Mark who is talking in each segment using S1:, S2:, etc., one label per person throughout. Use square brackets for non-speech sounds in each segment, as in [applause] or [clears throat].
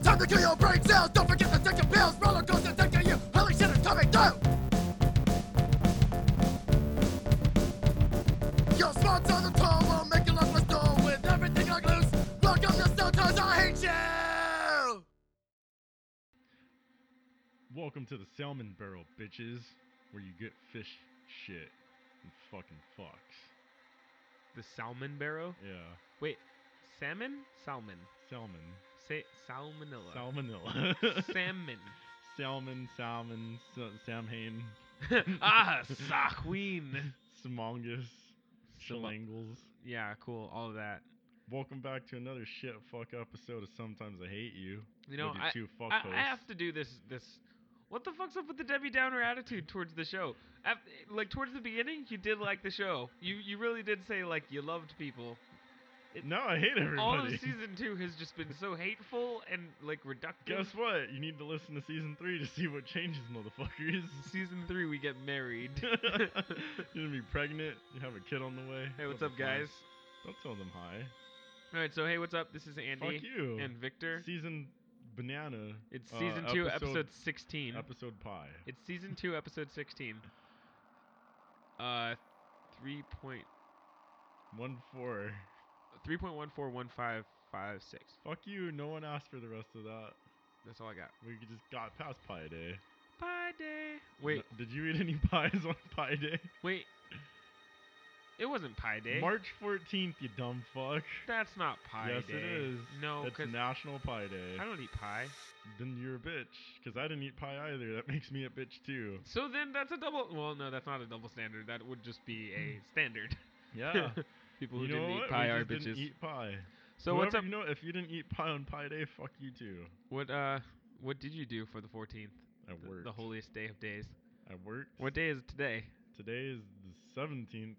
S1: Stronger to your brain cells. Don't forget to take your pills. Roller coaster taking you. Holy shit, it's coming through. Your spots on the tall will make you look like stone with everything like loose. Welcome to Stones. I hate you.
S2: Welcome to the Salmon Barrel, bitches, where you get fish shit and fucking fucks.
S3: The salmon barrow?
S2: Yeah,
S3: Wait, salmon? Salmon.
S2: salmon,
S3: Say salmonella.
S2: [laughs] salmonella,
S3: [laughs] salmon.
S2: salmon, salmon, sa- samhain,
S3: ah, Saqueen.
S2: samongus,
S3: Samo-
S2: shalangles.
S3: Yeah, cool. All of that.
S2: Welcome back to another shit fuck episode of Sometimes I Hate You.
S3: You know,
S2: with your
S3: I,
S2: two fuck
S3: I,
S2: hosts.
S3: I have to do this. This. What the fuck's up with the Debbie Downer attitude towards the show? Af like towards the beginning, you did like the show. You you really did say like you loved people.
S2: No, I hate everybody.
S3: All of season two has just been so hateful and like
S2: [laughs]
S3: reductive.
S2: Guess what? You need to listen to season three to see what changes, motherfuckers.
S3: [laughs]
S2: [laughs]
S3: Season three, we get married.
S2: You're gonna be pregnant. You have a kid on the way.
S3: hey, what's
S2: What
S3: up,
S2: the fuck?
S3: guys?
S2: Don't tell them hi.
S3: All right, so hey, what's up? This is Andy
S2: Fuck you.
S3: and Victor.
S2: season banana.
S3: It's
S2: uh,
S3: season two,
S2: episode-
S3: episode, sixteen.
S2: Episode pie.
S3: it's season two, episode sixteen. Uh, three point
S2: One four.
S3: three point one four one five five six.
S2: Fuck you. No one asked for the rest of that.
S3: That's all I got.
S2: We just got past pie day.
S3: Pie day. Wait,
S2: N- did you eat any [laughs] pies on pie day?
S3: wait. It wasn't pie day.
S2: March fourteenth. You dumb fuck.
S3: That's not pie
S2: yes,
S3: day.
S2: it is.
S3: No,
S2: it's
S3: because
S2: National Pie Day.
S3: I don't eat pie.
S2: Then you're a bitch. Cause I didn't eat pie either. That makes me a bitch
S3: [laughs]
S2: too.
S3: So then that's a double. Well, no, that's not a double standard. That would just be
S2: [laughs]
S3: a standard.
S2: Yeah.
S3: [laughs] People who
S2: you know
S3: didn't
S2: what?
S3: eat pie
S2: we
S3: are
S2: just
S3: bitches.
S2: Didn't eat pie.
S3: so
S2: Whoever,
S3: what's up?
S2: You know, if you didn't eat pie on Pie Day, fuck you too.
S3: What uh, what did you do for the fourteenth?
S2: I
S3: The-
S2: worked.
S3: The holiest day of days.
S2: I worked.
S3: What day is today?
S2: Today is the 17th.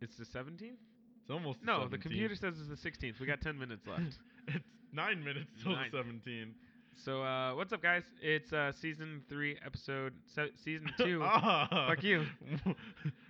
S3: It's the 17th?
S2: It's almost the
S3: No, the
S2: 17th.
S3: computer says it's the 16th. We got 10 minutes left.
S2: [laughs] it's nine minutes till
S3: Nine.
S2: the 17th.
S3: So, uh, what's up, guys? It's uh, season three, episode se- season
S2: [laughs]
S3: two.
S2: ah,
S3: Fuck you.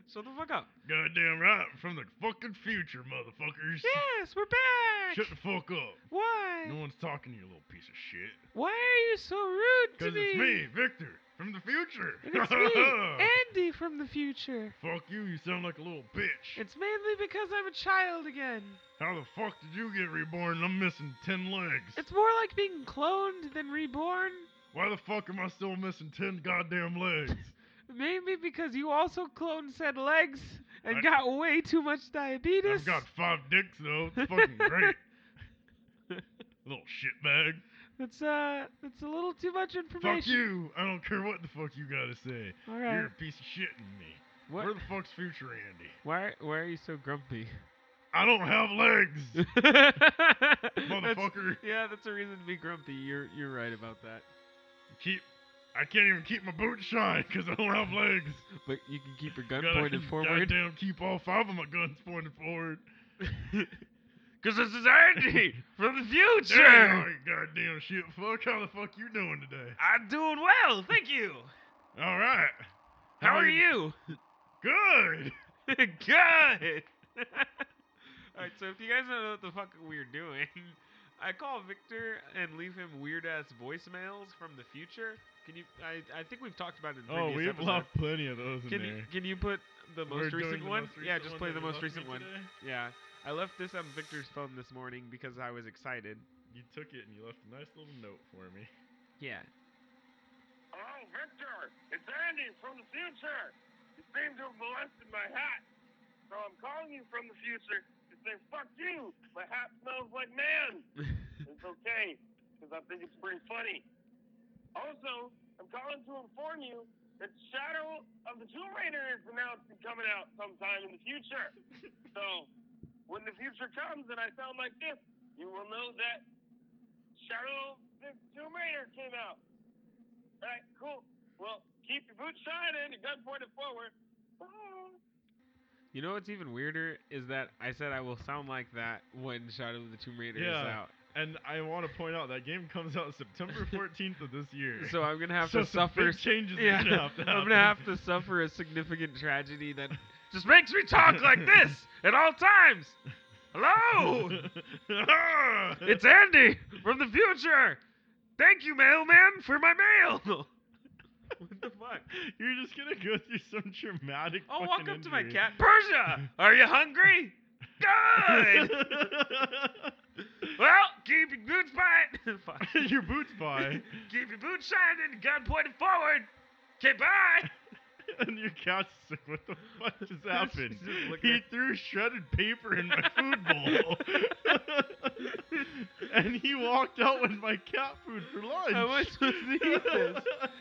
S3: Shut the fuck up.
S2: [laughs] Goddamn right from the fucking future, motherfuckers.
S3: Yes, we're back.
S2: Shut the fuck up.
S3: Why?
S2: No one's talking to you, little piece of shit.
S3: Why are you so rude to
S2: Cause
S3: me?
S2: it's me, Victor, from the future.
S3: And it's
S2: [laughs]
S3: me, Andy from the future.
S2: fuck you. You sound like a little bitch.
S3: It's mainly because I'm a child again.
S2: How the fuck did you get reborn? I'm missing ten legs.
S3: It's more like being cloned than reborn.
S2: Why the fuck am I still missing ten goddamn legs?
S3: Mainly because you also cloned said legs and
S2: I- Oh,
S3: got way too much diabetes.
S2: I've got five dicks though. It's fucking
S3: [laughs]
S2: great. Little shitbag.
S3: That's uh, that's a little too much information.
S2: Fuck you. I don't care what the fuck you gotta say.
S3: All
S2: You're
S3: right.
S2: a piece of shit in me.
S3: What?
S2: Where the fuck's future Andy?
S3: Why? Why are you so grumpy? [laughs]
S2: I don't have legs,
S3: That's-
S2: motherfucker.
S3: yeah, that's a reason to be grumpy. You're you're right about that.
S2: Keep. I can't even keep my boots shine because I don't have legs.
S3: But you can keep your gun
S2: Gotta
S3: pointed
S2: keep-
S3: forward.
S2: Goddamn, keep all five of my guns pointed forward.
S3: [laughs] Cause this is Andy from the
S2: There
S3: future.
S2: you are, you goddamn shit fuck. How the fuck you doing today?
S3: I'm doing well, thank you.
S2: All right.
S3: How are you?
S2: Good.
S3: [laughs] Good. All right, so if you guys don't know what the fuck we're doing, [laughs] I call Victor and leave him weird ass voicemails from the future. Can you? I, I think we've talked about it. In
S2: Oh,
S3: previous
S2: we've
S3: episodes.
S2: left plenty of those in
S3: Can
S2: there.
S3: you can you put the
S2: We're
S3: most
S2: doing
S3: recent
S2: the
S3: one?
S2: most
S3: yeah,
S2: recent
S3: just
S2: one
S3: play
S2: that
S3: the
S2: you
S3: most
S2: left me
S3: recent one.
S2: today?
S3: Yeah, I left this on Victor's phone this morning because I was excited.
S2: You took it and you left a nice little note for me.
S3: Yeah.
S4: Hello, Oh, Victor. It's Andy from the future. You seem to have molested my hat. So I'm calling you from the future to say, fuck you. My hat smells like man. It's okay, because I think it's pretty funny. Also, I'm calling to inform you that Shadow of the Tomb Raider is announced and coming out sometime in the future. So, when the future comes and I sound like this, you will know that Shadow of the Tomb Raider came out. All right, cool. Well, keep your boots shining, your gun pointed forward. Bye.
S3: [laughs] You know what's even weirder is that I said I will sound like that when Shadow of the Tomb Raider
S2: Yeah.
S3: is out.
S2: And I want to point out that game comes out
S3: [laughs]
S2: September 14th of this year.
S3: So I'm gonna have
S2: So
S3: to
S2: some
S3: suffer.
S2: big changes. are
S3: yeah,
S2: gonna have to
S3: I'm
S2: happen.
S3: gonna
S2: [laughs]
S3: have to suffer a significant tragedy that just makes me talk like this at all times. [laughs]
S2: [laughs]
S3: Hello, it's Andy from the future. Thank you, mailman, for my [laughs] mail. what the fuck?
S2: You're just gonna go through some traumatic.
S3: I'll
S2: fucking
S3: walk up Oh, to my
S2: injury. [laughs]
S3: cat. Persia, are you hungry? [laughs] Good. well, keep your boots [laughs] by. Fuck.
S2: [laughs] Your boots
S3: [laughs]
S2: by,
S3: Keep your boots shining, gun pointed forward. Okay, bye.
S2: [laughs] and your cat's like, "What the fuck
S3: [laughs]
S2: just happened?"
S3: Just looking
S2: he
S3: at-
S2: threw shredded paper in my food bowl, [laughs] and he walked out with my cat food for lunch.
S3: How am I supposed to
S2: [laughs]
S3: eat this?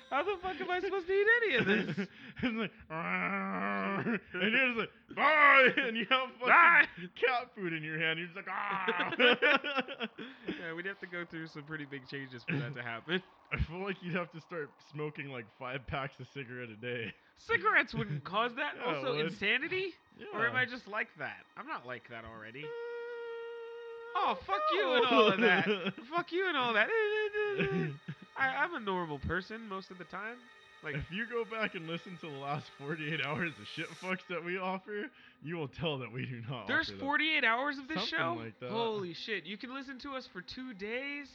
S3: How the fuck am I supposed to eat any of this?
S2: and like, "Arr," and you're just like, bye, [laughs] and you have fucking
S3: Bye.
S2: cat food in your hand. You're just like, ah.
S3: [laughs] [laughs]
S2: [laughs]
S3: Yeah, we'd have to go through some pretty big changes for that to happen.
S2: I feel like you'd have to start smoking like five packs of cigarette a day. [laughs]
S3: Cigarettes wouldn't cause that.
S2: Yeah, it
S3: also,
S2: would.
S3: insanity? Or am
S2: Yeah.
S3: I just like that? I'm not like that
S2: [laughs]
S3: already. Oh, fuck you and all of that.
S2: [laughs]
S3: fuck you and all that. [laughs] I, I'm a normal person most of the time. Like,
S2: if you go back and listen to the last 48 hours of shit fucks that we offer, you will tell that we do not.
S3: there's
S2: offer them.
S3: 48 hours of this
S2: Something
S3: show?
S2: like that.
S3: Holy shit. You can listen to us for two days?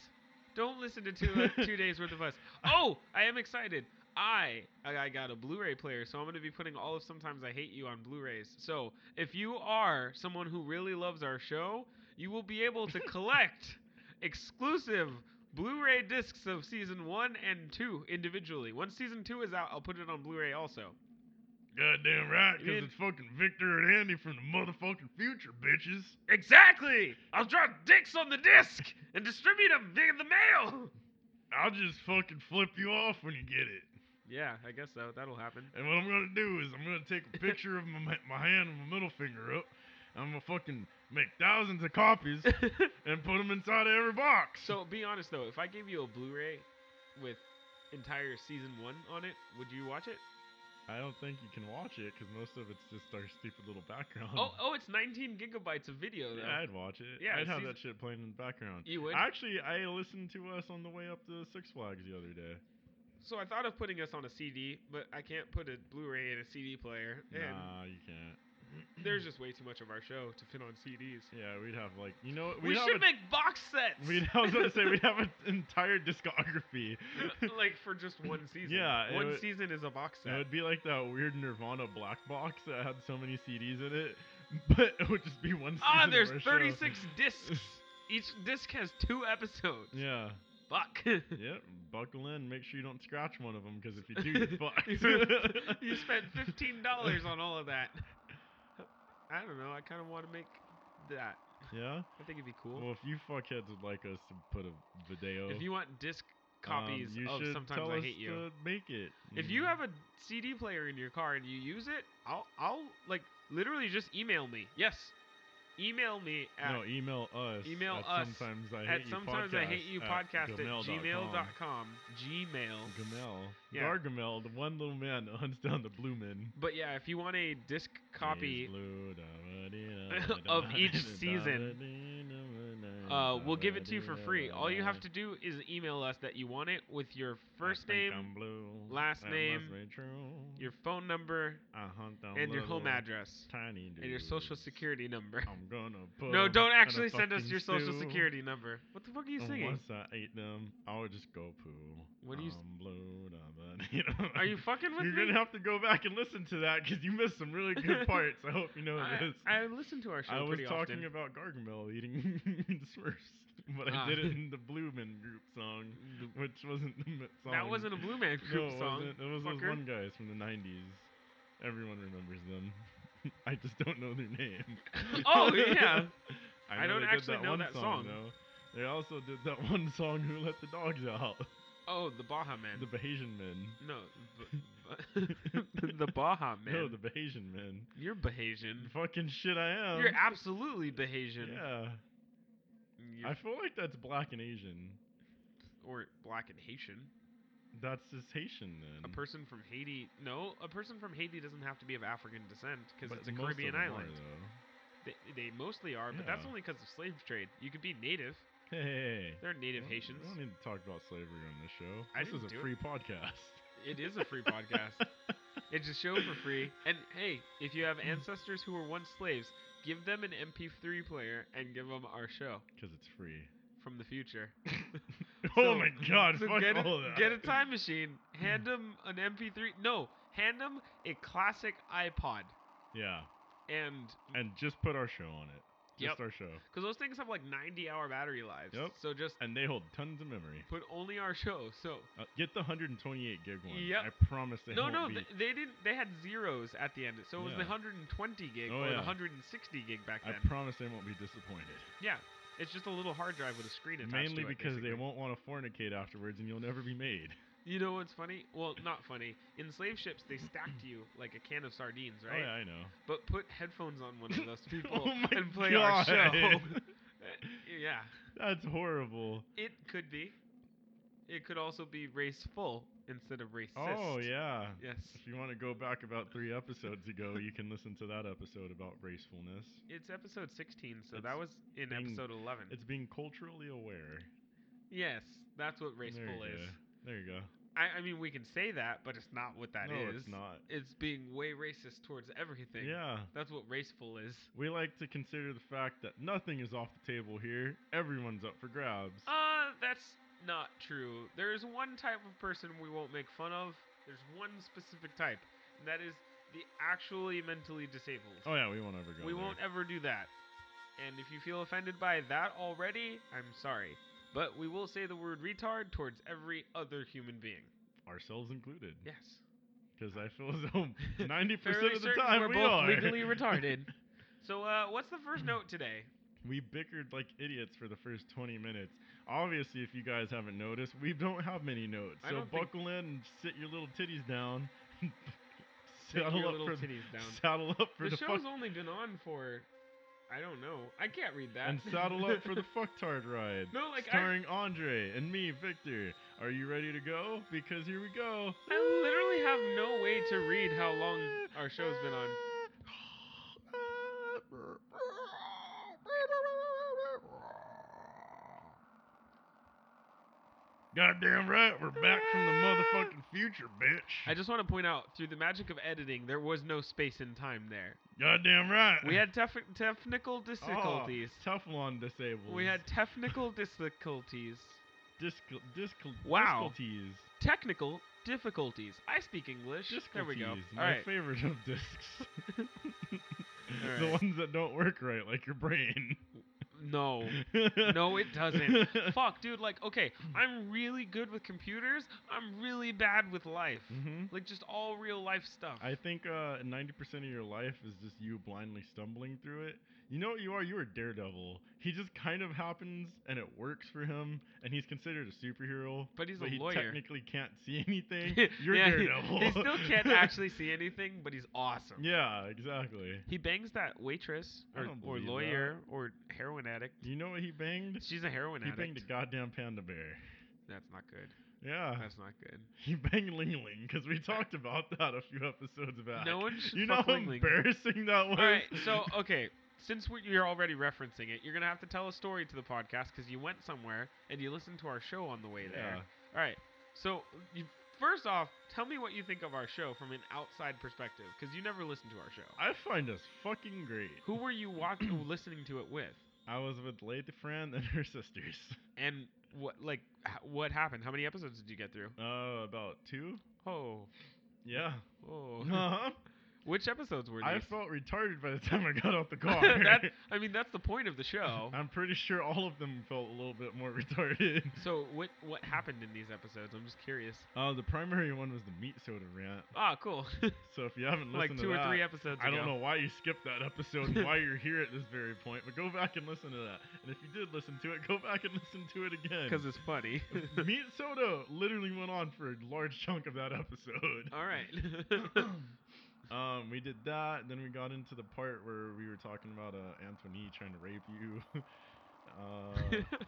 S3: Don't listen to two, uh,
S2: [laughs]
S3: two days worth of us. Oh, I am excited. I I I got a Blu-ray player, so I'm gonna be putting all of Sometimes I Hate You on Blu-rays. So if you are someone who really loves our show, you will be
S2: [laughs]
S3: able to collect exclusive Blu-ray discs of season one and two individually. Once season two is out, I'll put it on Blu-ray also.
S2: Goddamn right,
S3: You
S2: because
S3: didn't-
S2: it's fucking Victor and Andy from the motherfucking future, bitches.
S3: Exactly! I'll drop dicks on the disc and distribute them via the mail!
S2: I'll just fucking flip you off when you get it.
S3: Yeah, I guess so. That'll happen. [laughs]
S2: And what I'm gonna do is I'm gonna take a picture of my, my- my hand and my middle finger up. And I'm gonna fucking make thousands of
S3: [laughs]
S2: copies and put them inside of every box.
S3: so, be honest though, if I gave you a Blu ray with entire season one on it, would you watch it?
S2: I don't think you can watch it because most of it's just our stupid little background.
S3: Oh, oh, it's 19 gigabytes of video though.
S2: yeah, I'd watch it.
S3: Yeah,
S2: I'd have
S3: season-
S2: that shit playing in the background.
S3: You would?
S2: Actually, I listened to us on the way up to Six Flags the other day.
S3: So, I thought of putting us on a CD, but I can't put a Blu ray in a CD player. And
S2: Nah, you can't.
S3: [clears throat] there's just way too much of our show to fit on CDs.
S2: [clears throat] Yeah, we'd have like you know
S3: We
S2: we'd have
S3: should
S2: a-
S3: make box [laughs] sets!
S2: [laughs] We'd, I was gonna say we'd have an entire discography.
S3: [laughs] like for just one season.
S2: Yeah, it
S3: One
S2: would-
S3: season is a box set.
S2: It would be like that weird Nirvana black box that had so many CDs in it, [laughs] but it would just be one. [laughs]
S3: Ah,
S2: season
S3: there's
S2: of our show.
S3: 36 discs. Each disc has two episodes.
S2: Yeah. [laughs]
S3: Fuck. [laughs]
S2: Yep. Buckle in. Make sure you don't scratch one of them, because if you do,
S3: [laughs]
S2: you're fucked.
S3: you spent
S2: [laughs]
S3: fifteen dollars on all of that. I don't know. I kind of want to make that.
S2: Yeah.
S3: I think it'd be cool.
S2: Well, if you fuckheads would like us to put a video,
S3: if you want disc
S2: um,
S3: copies
S2: you
S3: of
S2: should
S3: Sometimes
S2: tell
S3: I
S2: us
S3: Hate You,
S2: to make it. Mm.
S3: if you have a CD player in your car and you use it, I'll I'll like literally just email me. Yes, email me at
S2: no, email us.
S3: email
S2: at
S3: us
S2: Sometimes I
S3: at
S2: hate
S3: sometimes
S2: you
S3: I hate you podcast at
S2: gmail.com.
S3: gmail.com. Gmail.
S2: Gamel.
S3: Yeah.
S2: Gargamel, the one little man that hunts down the blue men.
S3: But yeah, if you want a disc copy,
S2: He's blue, da-
S3: [laughs]
S2: da- da- da-
S3: Of
S2: da-
S3: each
S2: da-
S3: season,
S2: da- da- da-
S3: uh, we'll give it to you
S2: da-
S3: for
S2: da-
S3: free. All you have
S2: da-
S3: to do is email us that you want it with your
S2: I
S3: first
S2: think
S3: name,
S2: I'm blue.
S3: last
S2: That
S3: name,
S2: must be true.
S3: your phone number,
S2: I hunt down
S3: and your home
S2: little
S3: address,
S2: Tiny
S3: and your social
S2: dudes.
S3: security number.
S2: I'm gonna put
S3: [laughs] No,
S2: 'em
S3: don't
S2: in a
S3: actually send us
S2: fucking
S3: your social
S2: stew.
S3: security number. What the fuck
S2: [laughs]
S3: are you
S2: And
S3: singing?
S2: Once I ate them, I would just go poo. Um,
S3: What are you s-
S2: I'm blue, da- da- [laughs] you know?
S3: Are you fucking
S2: [laughs]
S3: with
S2: You're
S3: me?
S2: gonna have to go back and listen to that because you missed some really
S3: [laughs]
S2: good parts. I hope you know
S3: I,
S2: this.
S3: I listen to our show
S2: I was
S3: pretty
S2: talking
S3: often.
S2: about Gargamel eating [laughs] Smurfs, but
S3: Ah.
S2: I did it
S3: [laughs]
S2: in the Blue Men group song, which wasn't the m- song.
S3: that wasn't a Blue Man
S2: [laughs] no,
S3: [laughs] Group
S2: it
S3: song.
S2: Wasn't. It was those
S3: fucker.
S2: one guys from the '90s. Everyone remembers them. [laughs] I just don't know their name.
S3: [laughs]
S2: [laughs]
S3: Oh, yeah. I
S2: know
S3: don't
S2: they did
S3: actually
S2: that
S3: know
S2: one
S3: that song.
S2: Though. They also did that [laughs] one song "Who Let the Dogs Out,"
S3: Oh, the Baja Man.
S2: the Bahasian Men. [laughs]
S3: No, b- b- the [laughs] Baja man.
S2: No, the Bahasian Men.
S3: You're Bahasian.
S2: Fucking shit, I am.
S3: You're absolutely Bahasian.
S2: Um, yeah.
S3: You're
S2: I feel like that's black and Asian.
S3: or black and Haitian.
S2: That's just Haitian then.
S3: A person from Haiti. No, a person from Haiti doesn't have to be of African descent because
S2: But
S3: it's a
S2: most of
S3: Caribbean
S2: them are,
S3: island.
S2: though.
S3: They, they mostly are, but that's
S2: Yeah.
S3: only because of slave trade. You could be native.
S2: Hey, hey, hey.
S3: There are native
S2: We don't-
S3: Haitians.
S2: We don't need to talk about slavery on this show.
S3: I
S2: this is
S3: didn't
S2: a
S3: do it.
S2: free podcast.
S3: It is a free podcast.
S2: [laughs]
S3: It's a show for free. And hey, if you have ancestors who were once slaves, give them an MP3 player and give them our show.
S2: Because it's free. [laughs]
S3: from the future.
S2: oh
S3: So-
S2: my god,
S3: so
S2: fuck
S3: get,
S2: all
S3: a,
S2: that.
S3: get a time machine, hand him an MP3. No, hand him a classic iPod.
S2: Yeah,
S3: And
S2: and just put our show on it. Just
S3: Yep.
S2: our show.
S3: because those things have like 90 hour battery lives.
S2: Yep.
S3: So just
S2: And they hold tons of memory.
S3: put only our show. So
S2: Uh, get the 128 gig one.
S3: Yep.
S2: I promise they won't
S3: no, no,
S2: be.
S3: th- they didn't. They had zeros at the end, so it was the
S2: Yeah.
S3: 120 gig
S2: Oh,
S3: or
S2: yeah.
S3: the 160 gig back
S2: I
S3: then.
S2: promise they won't be disappointed.
S3: yeah, it's just a little hard drive with a screen attached.
S2: Mainly
S3: to it,
S2: because
S3: basically.
S2: they won't want to fornicate afterwards, and you'll never be made. [laughs] Oh,
S3: You know what's funny? Well, not funny. In slave ships, they stacked you like a can of sardines,
S2: Oh
S3: right?
S2: yeah, I know.
S3: But put headphones on one of
S2: [laughs]
S3: those people
S2: oh my
S3: and play
S2: [laughs] god,
S3: our show. Uh, [laughs] yeah,
S2: that's horrible.
S3: it could be. It could also be raceful instead of racist.
S2: Oh yeah.
S3: Yes,
S2: If you want to go back about three episodes ago, you can listen to that episode about racefulness.
S3: it's episode 16, so
S2: It's
S3: that was in
S2: being-
S3: episode 11.
S2: It's being culturally aware.
S3: Yes, that's what raceful
S2: there you
S3: is.
S2: Go. There you go.
S3: I, I mean, we can say that, but it's not what that is.
S2: no, it's not.
S3: It's being way racist towards everything.
S2: Yeah.
S3: That's what raceful is.
S2: We like to consider the fact that nothing is off the table here. Everyone's up for grabs.
S3: Uh, that's not true. There is one type of person we won't make fun of. There's one specific type, and that is the actually mentally disabled.
S2: oh yeah, we won't ever go.
S3: we
S2: there.
S3: won't ever do that. And if you feel offended by that already, I'm sorry. But we will say the word retard towards every other human being.
S2: ourselves included.
S3: Yes.
S2: Because I feel as
S3: [laughs]
S2: though 90%
S3: Fairly
S2: of the
S3: certain
S2: time
S3: we're
S2: we
S3: both
S2: are. [laughs]
S3: legally retarded. So, uh, what's the first note today?
S2: we bickered like idiots for the first 20 minutes. Obviously, if you guys haven't noticed, we don't have many notes.
S3: I
S2: So
S3: don't think-
S2: buckle in and sit your little titties down. [laughs] and
S3: Take
S2: saddle
S3: your
S2: up
S3: little
S2: for the,
S3: titties down.
S2: saddle up [laughs] for
S3: the,
S2: the,
S3: show's
S2: fuck
S3: only been on for, I don't know. I can't read that. [laughs]
S2: and saddle up for the fucktard ride.
S3: No, like I,
S2: starring Andre and me, Victor. Are you ready to go? Because here we go.
S3: I literally have no way to read how long our show's been on.
S2: Goddamn right, we're back from the motherfucking future, bitch.
S3: I just want to point out, through the magic of editing, there was no space and time there.
S2: Goddamn right.
S3: We had tef- technical
S2: Oh,
S3: difficulties.
S2: Teflon disabled.
S3: we had technical difficulties.
S2: discal, discal,
S3: Wow.
S2: disculties.
S3: Technical difficulties. I speak English. There we go.
S2: Disculties,
S3: All
S2: My
S3: right.
S2: favorite of
S3: [laughs]
S2: discs. The
S3: right.
S2: ones that don't work right, like your brain. [laughs]
S3: no. No, it doesn't. Fuck, dude. Like, okay, I'm really good with computers. I'm really bad with life.
S2: hmm
S3: Like, just all real life stuff. [laughs]
S2: I think uh, 90% of your life is just you blindly stumbling through it. You know what you are? You are Daredevil. He just kind of happens and it works for him, and he's considered a superhero.
S3: But he's a
S2: but he
S3: lawyer.
S2: technically can't
S3: [laughs]
S2: see anything. You're
S3: Yeah, he-
S2: Daredevil.
S3: He, still
S2: [laughs]
S3: can't actually see anything, but he's awesome.
S2: yeah, exactly.
S3: He bangs that waitress
S2: I
S3: or,
S2: don't
S3: or
S2: believe that.
S3: lawyer or heroin addict.
S2: You know what he banged?
S3: [laughs] She's a heroin
S2: He
S3: addict.
S2: banged a goddamn panda bear.
S3: That's not good.
S2: Yeah.
S3: That's not
S2: [laughs]
S3: good.
S2: He banged Ling Ling because we talked about that a few episodes back.
S3: No one should
S2: You know
S3: fuck
S2: how
S3: Ling Ling.
S2: embarrassing that was.
S3: All right, so okay, since we, you're already referencing it, you're gonna have to tell a story to the podcast because you went somewhere and you listened to our show on the way
S2: [laughs]
S3: there.
S2: Yeah.
S3: All right, so you, first off, tell me what you think of our show from an outside perspective because you never listened to our show.
S2: I find us fucking great.
S3: Who were you watching, [coughs] listening to it with?
S2: I was with Lady Fran and her [laughs] sisters.
S3: And what like h- what happened? How many episodes did you get through?
S2: Uh, about two.
S3: Oh,
S2: Yeah.
S3: [laughs] oh.
S2: [laughs] Uh-huh.
S3: Which episodes were
S2: I
S3: these? [laughs]
S2: felt retarded by the time I got out the car.
S3: that,
S2: [laughs]
S3: oh. I mean, that's the point of the show.
S2: I'm pretty sure all of them felt a little bit more [laughs] retarded.
S3: so what what happened in these episodes? I'm just curious.
S2: Uh, the primary one was the meat soda rant.
S3: Ah, cool. [laughs]
S2: So if you haven't listened
S3: like
S2: to
S3: two or
S2: that,
S3: three episodes.
S2: I don't know
S3: ago.
S2: why you skipped that episode and
S3: [laughs]
S2: why you're here at this very point, but go back and listen to that. And if you did listen to it, go back and listen to it again.
S3: because it's
S2: [laughs]
S3: funny.
S2: Meat Soda literally went on for a large chunk of that episode.
S3: All right. [laughs]
S2: [laughs] um, we did that, and then we got into the part where we were talking about uh, Anthony trying to rape you. [laughs]
S3: [laughs]
S2: uh,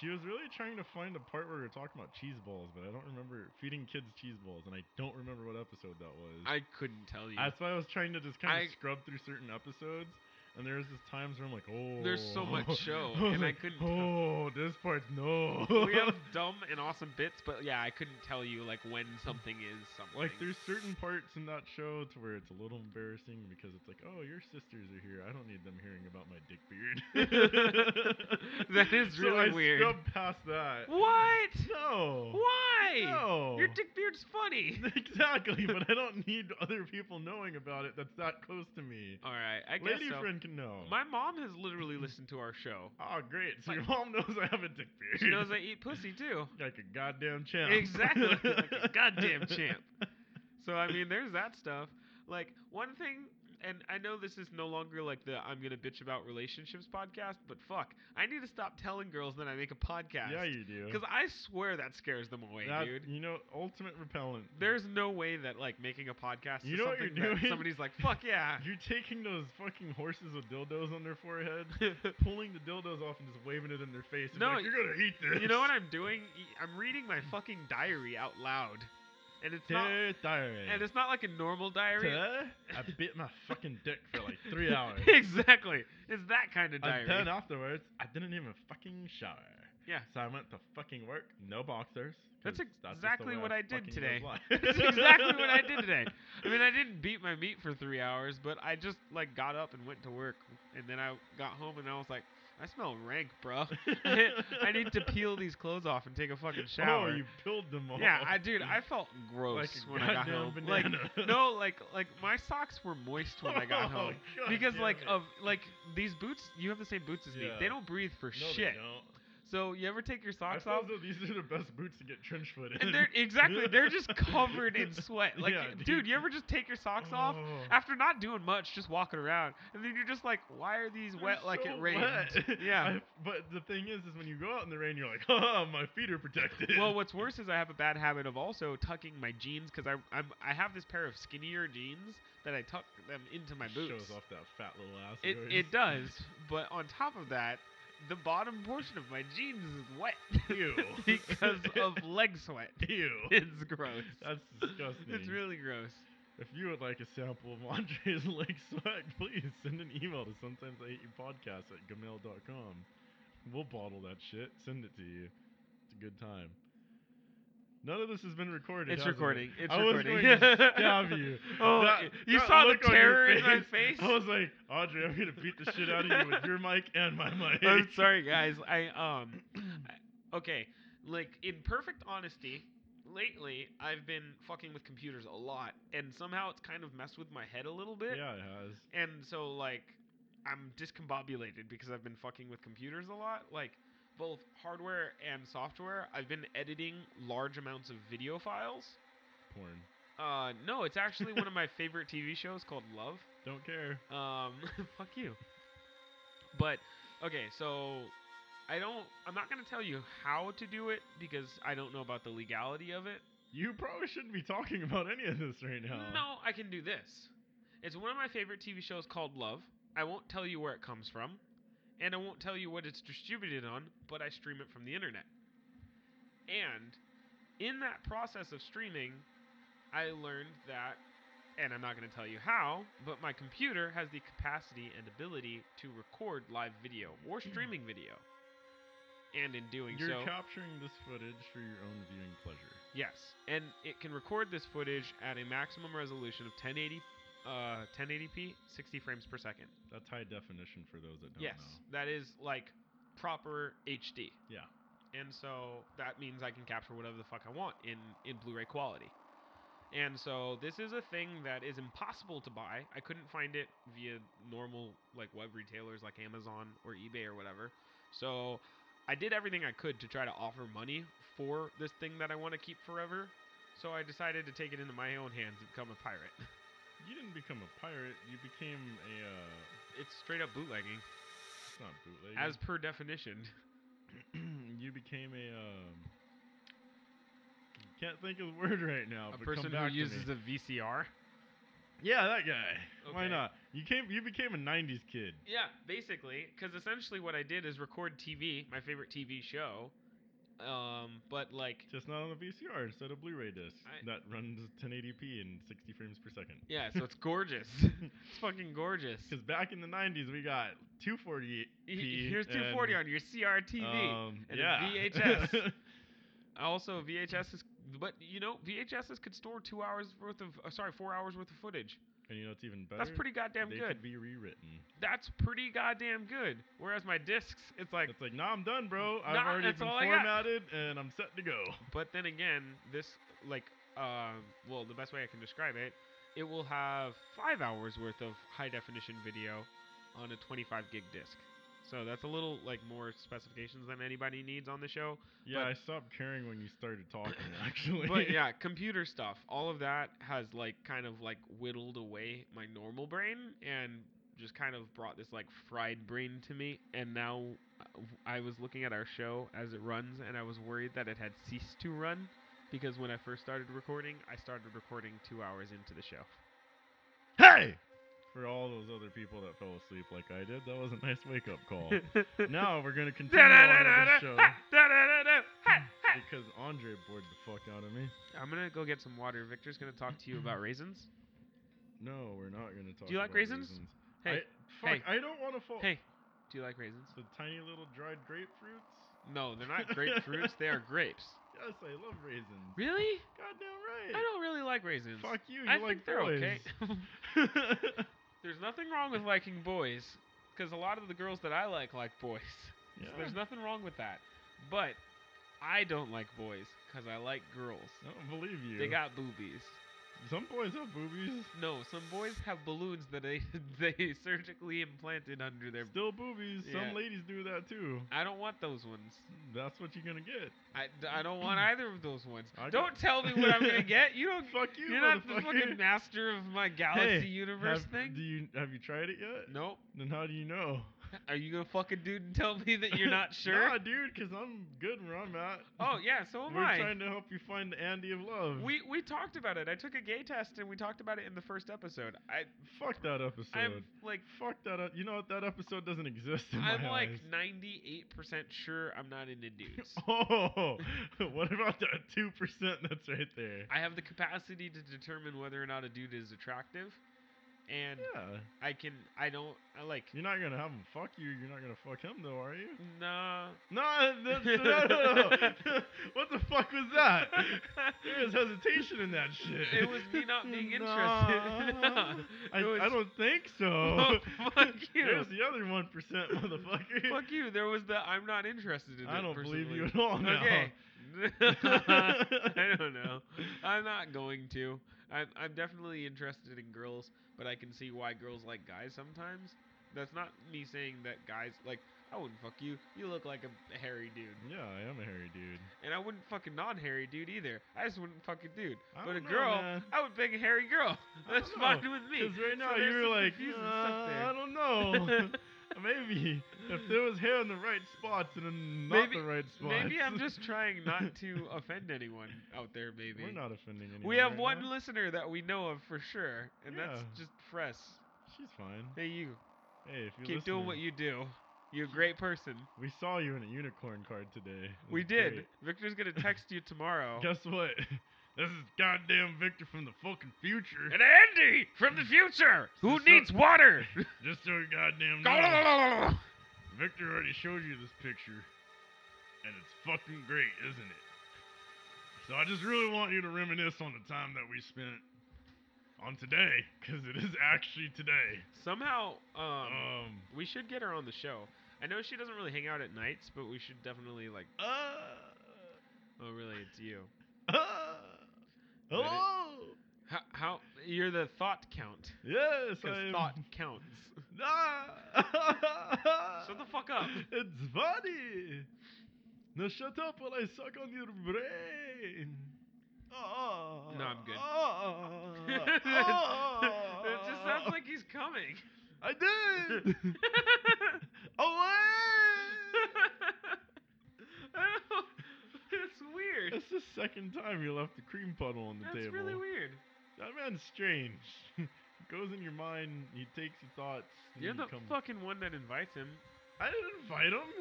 S2: she was really trying to find the part where we were talking about cheese balls, but I don't remember feeding kids cheese balls, and I don't remember what episode that was.
S3: I couldn't tell you.
S2: [laughs] That's why I was trying to just kind
S3: I-
S2: of scrub through certain episodes. And there's just times where I'm like, oh.
S3: There's so much
S2: [laughs]
S3: show,
S2: was
S3: and I
S2: like,
S3: couldn't tell.
S2: Oh, this part's no.
S3: we have dumb and awesome bits, but yeah, I couldn't tell you like when something is something.
S2: Like there's certain parts in that show to where it's a little embarrassing because it's like, oh, your sisters are here. I don't need them hearing about my dick [laughs] beard.
S3: [laughs] That is
S2: So
S3: really
S2: I
S3: weird.
S2: scrubbed past that.
S3: [laughs] what?
S2: No.
S3: Why?
S2: No.
S3: Your
S2: [laughs]
S3: dick beard's funny.
S2: exactly, but I don't need other people knowing about it. That's that close to me.
S3: All right, I guess
S2: Lady
S3: so.
S2: friend can know.
S3: My mom has literally listened to our show.
S2: oh, great. So
S3: my-
S2: your mom knows I have a dick beard.
S3: She knows
S2: [laughs]
S3: I eat pussy too.
S2: like a goddamn champ. [laughs]
S3: Exactly, [laughs] like a goddamn champ. So I mean, there's that stuff. Like one thing, and I know this is no longer like the "I'm gonna bitch about relationships" podcast, but fuck, I need to stop telling girls that I make a podcast.
S2: Yeah, you do.
S3: Because I swear that scares them away,
S2: That-
S3: dude.
S2: You know, ultimate repellent.
S3: There's no way that like making a podcast
S2: You
S3: is
S2: know what you're
S3: something that
S2: doing?
S3: somebody's like, fuck yeah.
S2: [laughs] You're taking those fucking horses with dildos on their
S3: [laughs]
S2: forehead, pulling the dildos off and just waving it in their face. and be
S3: No,
S2: like, you're gonna eat this.
S3: you know
S2: [laughs]
S3: what I'm doing? E, I'm reading my fucking diary out loud, and it's not
S2: Dear diary.
S3: and it's not like a normal diary.
S2: Today, I bit my fucking dick for like
S3: [laughs]
S2: three hours.
S3: exactly. It's that kind of diary.
S2: And then afterwards, I didn't even fucking shower.
S3: Yeah.
S2: So I went to fucking work, no boxers. 'cause
S3: That's ex-
S2: just the
S3: exactly
S2: way
S3: what I did
S2: fucking live
S3: today.
S2: life.
S3: [laughs] That's exactly what I
S2: [laughs]
S3: did today. [laughs] I mean, I didn't beat my meat for three hours, but I just like got up and went to work, and then I got home and I was like, I smell rank, bro. [laughs] I need to peel these clothes off and take a fucking shower.
S2: Oh, you peeled them off.
S3: yeah, I dude, I felt gross
S2: Like a
S3: when I got home.
S2: goddamn
S3: Like
S2: banana.
S3: no, like like my socks were moist when I
S2: [laughs]
S3: got
S2: Oh,
S3: home
S2: God
S3: because
S2: damn
S3: like
S2: it.
S3: of like these boots, you have the same boots as me. They
S2: Yeah.
S3: don't breathe for
S2: No, they
S3: shit.
S2: don't.
S3: So you ever take your
S2: I
S3: socks off?
S2: suppose that these are the best boots to get trench foot in.
S3: And they're exactly they're
S2: [laughs]
S3: just covered in sweat. Like
S2: Yeah,
S3: dude.
S2: dude.
S3: you ever just take your socks
S2: [laughs]
S3: off
S2: Oh.
S3: after not doing much, just walking around, and then you're just like, why are these
S2: They're
S3: wet like
S2: so
S3: it rained?
S2: wet. [laughs]
S3: [laughs] Yeah.
S2: I- but the thing is, is when you go out in the rain, you're like, [laughs] oh, my feet are protected.
S3: Well, what's worse is I have a bad habit of also tucking my jeans because I I'm, I have this pair of skinnier jeans that I tuck them into
S2: [laughs]
S3: my boots.
S2: Shows off that fat little ass. of
S3: It
S2: yours. [laughs]
S3: it does, but on top of that, the bottom portion of my jeans is wet [laughs]
S2: Ew.
S3: because of leg sweat.
S2: [laughs]
S3: [laughs]
S2: Ew.
S3: It's gross.
S2: That's disgusting.
S3: It's really gross.
S2: If you would like a sample of Andre's [laughs] leg sweat, please send an email to sometimes I hate you podcast at gmail.com. We'll bottle that shit, send it to you. It's a good time. None of this has been recorded.
S3: It's
S2: has it?
S3: recording. It's
S2: I
S3: recording.
S2: Was going
S3: [laughs]
S2: to stab you.
S3: Oh,
S2: That-
S3: you
S2: that
S3: saw the
S2: look on your
S3: terror
S2: [laughs]
S3: in my face?
S2: I was like, Audrey, I'm gonna beat the shit out of you with
S3: [laughs]
S2: your mic and my mic.
S3: Oh, I'm sorry, guys. I um, I- okay. Like in perfect honesty, lately I've been fucking with computers a lot, and somehow it's kind of messed with my head a little
S2: [laughs]
S3: bit.
S2: Yeah, it has.
S3: And so like, I'm discombobulated because I've been fucking with computers a lot. Like both hardware and software. I've been editing large amounts of video files.
S2: Porn.
S3: Uh, no, it's actually one
S2: [laughs]
S3: of my favorite TV shows called Love.
S2: Don't care.
S3: Um, [laughs] fuck you. But okay, so I don't. I'm not gonna tell you how to do it because I don't know about the legality of it.
S2: You probably shouldn't be talking about any of this right now.
S3: No, I can do this. It's one of my favorite TV shows called Love. I won't tell you where it comes from, and I won't tell you what it's distributed on, but I stream it from the internet. And in that process of streaming, I learned that, and I'm not going to tell you how, but my computer has the capacity and ability to record live video or streaming video. And in doing
S2: You're
S3: so,
S2: capturing this footage for your own viewing pleasure.
S3: Yes, and it can record this footage at a maximum resolution of 1080, uh, 1080p, 60 frames per second.
S2: That's high definition for those that don't
S3: yes,
S2: know.
S3: that is like proper HD.
S2: Yeah.
S3: And so that means I can capture whatever the fuck I want in in Blu-ray quality. And so this is a thing that is impossible to buy. I couldn't find it via normal like web retailers like Amazon or eBay or whatever. So I did everything I could to try to offer money for this thing that I want to keep forever. So I decided to take it into my own hands and become a pirate. [laughs]
S2: You didn't become a pirate. You became a. Uh,
S3: It's straight up bootlegging
S2: it's not bootleg.
S3: as per definition.
S2: [clears throat] you became a. Um, can't think of the word [laughs] right now.
S3: A
S2: but
S3: person
S2: come
S3: who
S2: back
S3: uses
S2: to me.
S3: a VCR.
S2: Yeah, that guy. Why
S3: Okay.
S2: not? You came. You became a '90s kid.
S3: Yeah, basically, because essentially what I did is record TV, my favorite TV show, Um, but like,
S2: Just not on a VCR instead of Blu-ray disc
S3: I-
S2: that runs 1080p and 60 frames per second.
S3: yeah, so it's gorgeous. [laughs] it's fucking gorgeous.
S2: Because back in the 90s, we got 240p.
S3: He- Here's 240 on your CRTV.
S2: um,
S3: and a
S2: yeah.
S3: VHS. also, VHS is, but you know, VHSs could store two hours worth of, uh, sorry, four hours worth of footage.
S2: [laughs] and you know it's even better.
S3: That's pretty goddamn
S2: they
S3: good.
S2: Could be rewritten.
S3: That's pretty goddamn good. Whereas my discs, it's like,
S2: it's like, nah, I'm done, bro. I've
S3: Nah,
S2: already
S3: that's
S2: been
S3: all I got."
S2: formatted and I'm set to go.
S3: but then again, this like, um, well, the best way I can describe it, it will have five hours worth of high definition video on a 25 gig disc. So that's a little like more specifications than anybody needs on the show.
S2: Yeah,
S3: But-
S2: I stopped caring when you started talking, [laughs] actually.
S3: but yeah, computer stuff, all of that has like kind of like whittled away my normal brain and just kind of brought this like fried brain to me. And now uh, w- I was looking at our show as it runs and I was worried that it had ceased to run because when I first started recording, I started recording two hours into the show.
S2: Hey! For all those other people that fell asleep like I did, that was a nice wake up
S3: [laughs]
S2: call. now we're gonna continue on with the show because Andre bored the fuck out of me.
S3: I'm gonna go get some water. Victor's gonna talk to you about raisins.
S2: No, we're not gonna talk.
S3: you like
S2: about
S3: raisins? Hey,
S2: I, fuck,
S3: hey.
S2: I don't want to fall.
S3: hey, do you like raisins?
S2: The tiny little dried grapefruits.
S3: No, they're not grapefruits. they are grapes.
S2: Yes, I love raisins.
S3: Really?
S2: Goddamn right.
S3: I don't really like raisins.
S2: Fuck you. You
S3: I
S2: like
S3: think they're
S2: boys.
S3: okay. [laughs] There's nothing wrong with liking boys, because a lot of the girls that I like like boys. [laughs] So
S2: Yeah.
S3: there's nothing wrong with that. But I don't like boys, because I like girls.
S2: I don't believe you.
S3: They got boobies.
S2: some boys have boobies.
S3: No, some boys have balloons that they [laughs] they surgically implanted under their.
S2: Still boobies.
S3: Yeah.
S2: Some ladies do that too.
S3: I don't want those ones.
S2: That's what you're gonna get.
S3: I, d- I
S2: [clears throat]
S3: don't want either of those ones.
S2: I
S3: don't tell me what
S2: [laughs]
S3: I'm gonna get. You don't.
S2: Fuck you,
S3: You're not the
S2: motherfucker.
S3: fucking master of my galaxy
S2: Hey,
S3: universe
S2: have,
S3: thing.
S2: Do you have you tried it yet?
S3: Nope.
S2: Then how do you know?
S3: Are you gonna fuck a dude and tell me that
S2: [laughs]
S3: you're not sure?
S2: nah, dude, because I'm good where I'm at.
S3: [laughs] Oh yeah, so am
S2: We're
S3: I.
S2: trying to help you find the Andy of love.
S3: we we talked about it. I took a gay test and we talked about it in the first episode. I
S2: fuck that episode.
S3: I'm like
S2: fuck that. ep- You know what? That episode doesn't exist. [laughs] In
S3: I'm
S2: my
S3: like
S2: eyes.
S3: 98% sure I'm not into
S2: [laughs]
S3: dudes.
S2: Oh, what about that two percent that's right there?
S3: I have the capacity to determine whether or not a dude is attractive and
S2: Yeah,
S3: I can I don't I like
S2: you're not gonna have him fuck you. You're not gonna fuck him though, are you?
S3: nah.
S2: No, that's, no, no, no. [laughs] what the fuck was that? [laughs] There
S3: [laughs]
S2: is hesitation in that shit.
S3: It was me not being interested.
S2: [laughs]
S3: [laughs]
S2: Nah. I,
S3: It was-
S2: I don't think so. [laughs]
S3: Oh, [laughs] fuck you.
S2: There's the other one
S3: [laughs]
S2: percent, motherfucker.
S3: Fuck you. There was the I'm not interested in
S2: I
S3: it
S2: don't
S3: personally.
S2: believe you at all now.
S3: Okay. [laughs] I don't know. I'm not going to. I'm, I'm definitely interested in girls, but I can see why girls like guys sometimes. That's not me saying that guys like I wouldn't fuck you. You look like a hairy dude,
S2: Yeah, I am a hairy dude.
S3: and I wouldn't fuck a non-hairy dude either. I just wouldn't fuck a dude.
S2: I
S3: But a
S2: don't know,
S3: girl,
S2: man.
S3: I would bang a hairy girl.
S2: I
S3: That's
S2: don't
S3: fine
S2: know,
S3: with me.
S2: Because right now
S3: So there's
S2: you're
S3: some
S2: like,
S3: confusing
S2: "Uh, I
S3: stuff
S2: don't know.
S3: [laughs]
S2: [laughs] Maybe if there was hair in the right spots and in not
S3: Maybe-
S2: the right
S3: there.
S2: spots.
S3: Maybe I'm just trying not to offend anyone out there. Maybe
S2: [laughs] We're not offending anyone.
S3: We have
S2: right
S3: one
S2: now.
S3: listener that we know of for sure, and that's
S2: Yeah.
S3: just Fress.
S2: She's fine.
S3: Hey, you.
S2: Hey, if you
S3: Keep doing what you do. You're a great person.
S2: We saw you in a unicorn card today. It
S3: We
S2: was
S3: did.
S2: great.
S3: Victor's gonna text you
S2: [laughs]
S3: tomorrow.
S2: Guess what? This is goddamn Victor from the fucking future.
S3: And Andy from
S2: [laughs]
S3: the future, who
S2: So- [laughs]
S3: needs water.
S2: Just so you goddamn know.
S3: That's
S2: Victor already showed you this picture, and it's fucking great, isn't it? So I just really want you to reminisce on the time that we spent on today, because it is actually today.
S3: [laughs] Somehow, um,
S2: Um,
S3: we should get her on the show. I know she doesn't really hang out at nights, but we should definitely like.
S2: uh,
S3: Oh, really? It's you.
S2: uh, oh,
S3: Ready?
S2: hello.
S3: How? how you're the thought count.
S2: Yes,
S3: Because
S2: I am.
S3: thought counts.
S2: [laughs] Ah.
S3: Shut the fuck up.
S2: It's funny. Now shut up while I suck on your brain. Oh,
S3: No, I'm good.
S2: Oh,
S3: [laughs] it just sounds like he's coming. [laughs]
S2: I did. Away.
S3: I don't. It's weird.
S2: That's the second time you left the cream puddle on the
S3: That's
S2: table.
S3: really weird.
S2: That man's strange. [laughs] Goes in your mind. He takes your thoughts. and
S3: You're
S2: he
S3: the
S2: comes-
S3: fucking one that invites him.
S2: I didn't invite him.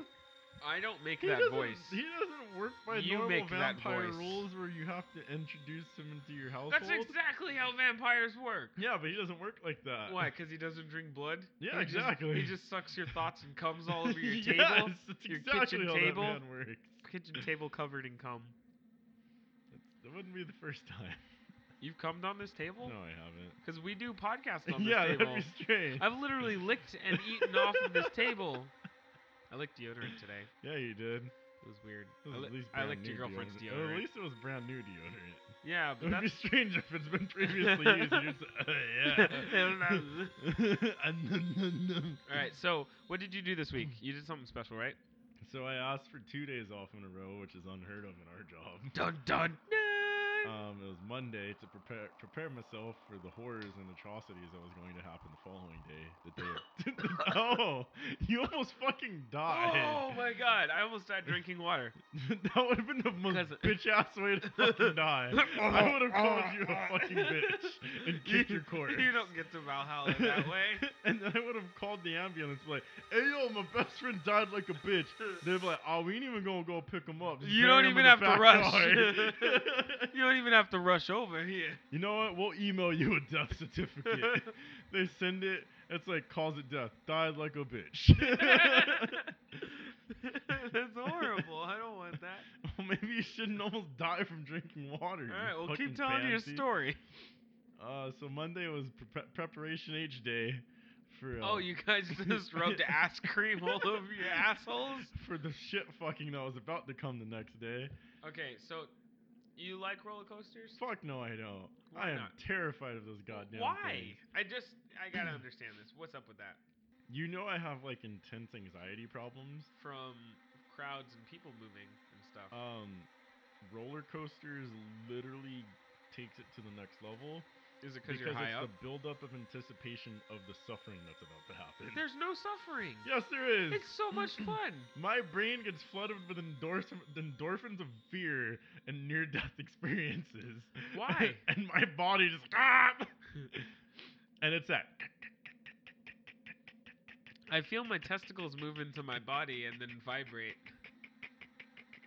S3: I don't make
S2: He
S3: that
S2: doesn't-
S3: voice.
S2: He doesn't work by
S3: You
S2: normal
S3: make that
S2: vampire
S3: voice.
S2: rules where you have to introduce him into your household.
S3: That's exactly how vampires work.
S2: yeah, but he doesn't work like that.
S3: Why? Because he doesn't drink blood?
S2: Yeah,
S3: He just-
S2: exactly.
S3: he just sucks your thoughts and comes all over
S2: [laughs]
S3: your
S2: yes,
S3: table.
S2: that's
S3: Your
S2: exactly
S3: kitchen
S2: how
S3: table?
S2: That man works.
S3: Kitchen table covered in cum.
S2: It's- That wouldn't be the first
S3: [laughs]
S2: time.
S3: You've cummed on this table?
S2: No, I haven't.
S3: Because we do podcasts
S2: [laughs]
S3: on this
S2: yeah,
S3: table.
S2: that'd be strange.
S3: I've literally licked and eaten off of this table. I licked deodorant today.
S2: yeah, you did.
S3: It was weird.
S2: It was
S3: I,
S2: at
S3: li-
S2: least
S3: I
S2: brand
S3: licked your
S2: new
S3: girlfriend's
S2: deodorant. Or
S3: deodorant.
S2: At least it was brand new deodorant.
S3: Yeah,
S2: It [laughs]
S3: but
S2: would be
S3: [laughs] that's.
S2: strange if it's been
S3: [laughs]
S2: previously used. You'd say, uh, [laughs] yeah. Uh, num, num, num.
S3: All right, so what did you do this week? You did something special, right?
S2: So I asked for two days off in a row, which is unheard of in our job.
S3: [laughs] Dun dun dun!
S2: Um, it was Monday to prepare prepare myself for the horrors and atrocities that was going to happen the following day. The day. [laughs]
S3: [laughs]
S2: oh, you almost fucking died.
S3: oh my god, I almost died drinking water.
S2: [laughs] that would have been the most
S3: 'Cause-
S2: bitch ass way to fucking
S3: [laughs]
S2: die. [laughs] I would have called you a fucking bitch and kicked your corpse.
S3: You don't get to Valhalla that way.
S2: [laughs] and then I would have called the ambulance, be like, "Hey yo, my best friend died like a bitch." They'd be like, "Oh, we ain't even gonna go pick him up." Just
S3: You
S2: bury
S3: don't
S2: him
S3: even
S2: in
S3: have
S2: the
S3: to rush.
S2: backyard."
S3: [laughs] You don't even have to rush over here.
S2: [laughs]
S3: [laughs]
S2: you know what? We'll email you a death certificate. they send it. It's like calls it death. Died like a
S3: [laughs]
S2: bitch. [laughs]
S3: That's horrible. I don't want that.
S2: [laughs] well, maybe you shouldn't almost die from drinking water.
S3: All
S2: you
S3: right, well,
S2: fucking
S3: keep telling your
S2: pansy.
S3: story.
S2: Uh, so Monday was pre- preparation H day for. Uh,
S3: Oh, you guys just rubbed ass cream all over your assholes?
S2: [laughs] for the shit fucking that was about to come the next day.
S3: Okay, so you like roller coasters?
S2: Fuck no, I don't. I
S3: Why
S2: am
S3: not?
S2: terrified of those goddamn
S3: Why?
S2: things.
S3: I just I
S2: [clears throat]
S3: gotta understand this. What's up with that?
S2: You know I have like intense anxiety problems.
S3: From crowds and people moving and stuff.
S2: Um, roller coasters literally takes it to the next level
S3: Is it
S2: because
S3: because you're high
S2: it's
S3: up?
S2: the buildup of anticipation of the suffering that's about to happen.
S3: There's no suffering.
S2: yes, there is.
S3: It's so
S2: [clears throat]
S3: much fun.
S2: My brain gets flooded with endorphin, endorphins of fear and near-death experiences.
S3: Why?
S2: [laughs] and my body just ah!
S3: [laughs]
S2: and it's that.
S3: I feel my testicles move into my body and then vibrate.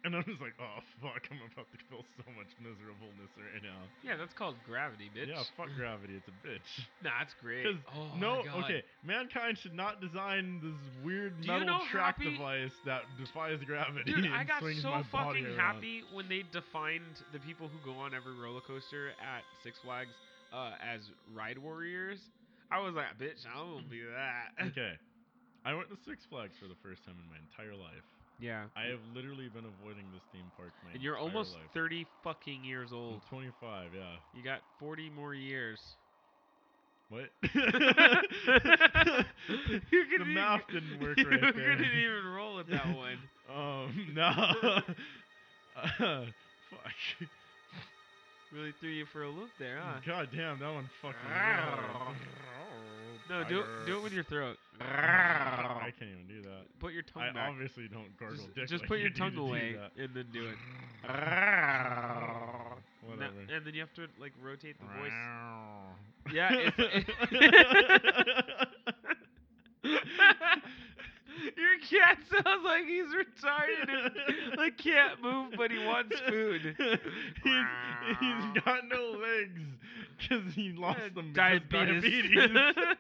S2: And I'm just like, oh fuck, I'm about to feel so much miserableness right now.
S3: Yeah, that's called gravity, bitch.
S2: Yeah, fuck gravity, it's a bitch.
S3: Nah, that's great.
S2: 'Cause
S3: Oh my
S2: no,
S3: God.
S2: okay, mankind should not design this weird
S3: Do you
S2: metal
S3: know
S2: track
S3: happy-
S2: device that defies gravity. [laughs]
S3: Dude,
S2: and
S3: I got
S2: swings
S3: so
S2: my body
S3: fucking
S2: around.
S3: happy when they defined the people who go on every roller coaster at Six Flags uh, as ride warriors. I was like, bitch, I don't want to be that.
S2: [laughs] Okay, I went to Six Flags for the first time in my entire life.
S3: [laughs] Yeah.
S2: I have literally been avoiding this theme park my
S3: and you're
S2: entire
S3: almost
S2: life.
S3: 30 fucking years
S2: I'm
S3: old.
S2: [laughs] 25, yeah.
S3: You got 40 more years. [laughs]
S2: [laughs] What? [laughs]
S3: You
S2: the
S3: couldn't e-
S2: math
S3: [laughs]
S2: didn't work
S3: you
S2: right there.
S3: couldn't even roll at that
S2: [laughs]
S3: one.
S2: Um, no. [laughs] Uh, fuck.
S3: Really threw you for a loop there, huh?
S2: God damn, that one fucking. nailed it.
S3: No, do it, do it with your throat.
S2: I can't even do that.
S3: Put your tongue
S2: I
S3: back.
S2: obviously don't gargle
S3: Just,
S2: dick.
S3: just
S2: like
S3: put
S2: you
S3: your
S2: do
S3: tongue
S2: to do
S3: away
S2: that.
S3: and then do it. And that-
S2: Whatever.
S3: and then you have to like rotate the voice. Yeah,
S2: yeah,
S3: it's-
S2: [laughs]
S3: [laughs] Your cat sounds like he's retarded
S2: [laughs]
S3: and like can't move, but he wants food.
S2: he's, he's got no legs because he lost
S3: Uh,
S2: them because
S3: diabetes.
S2: diabetes. [laughs]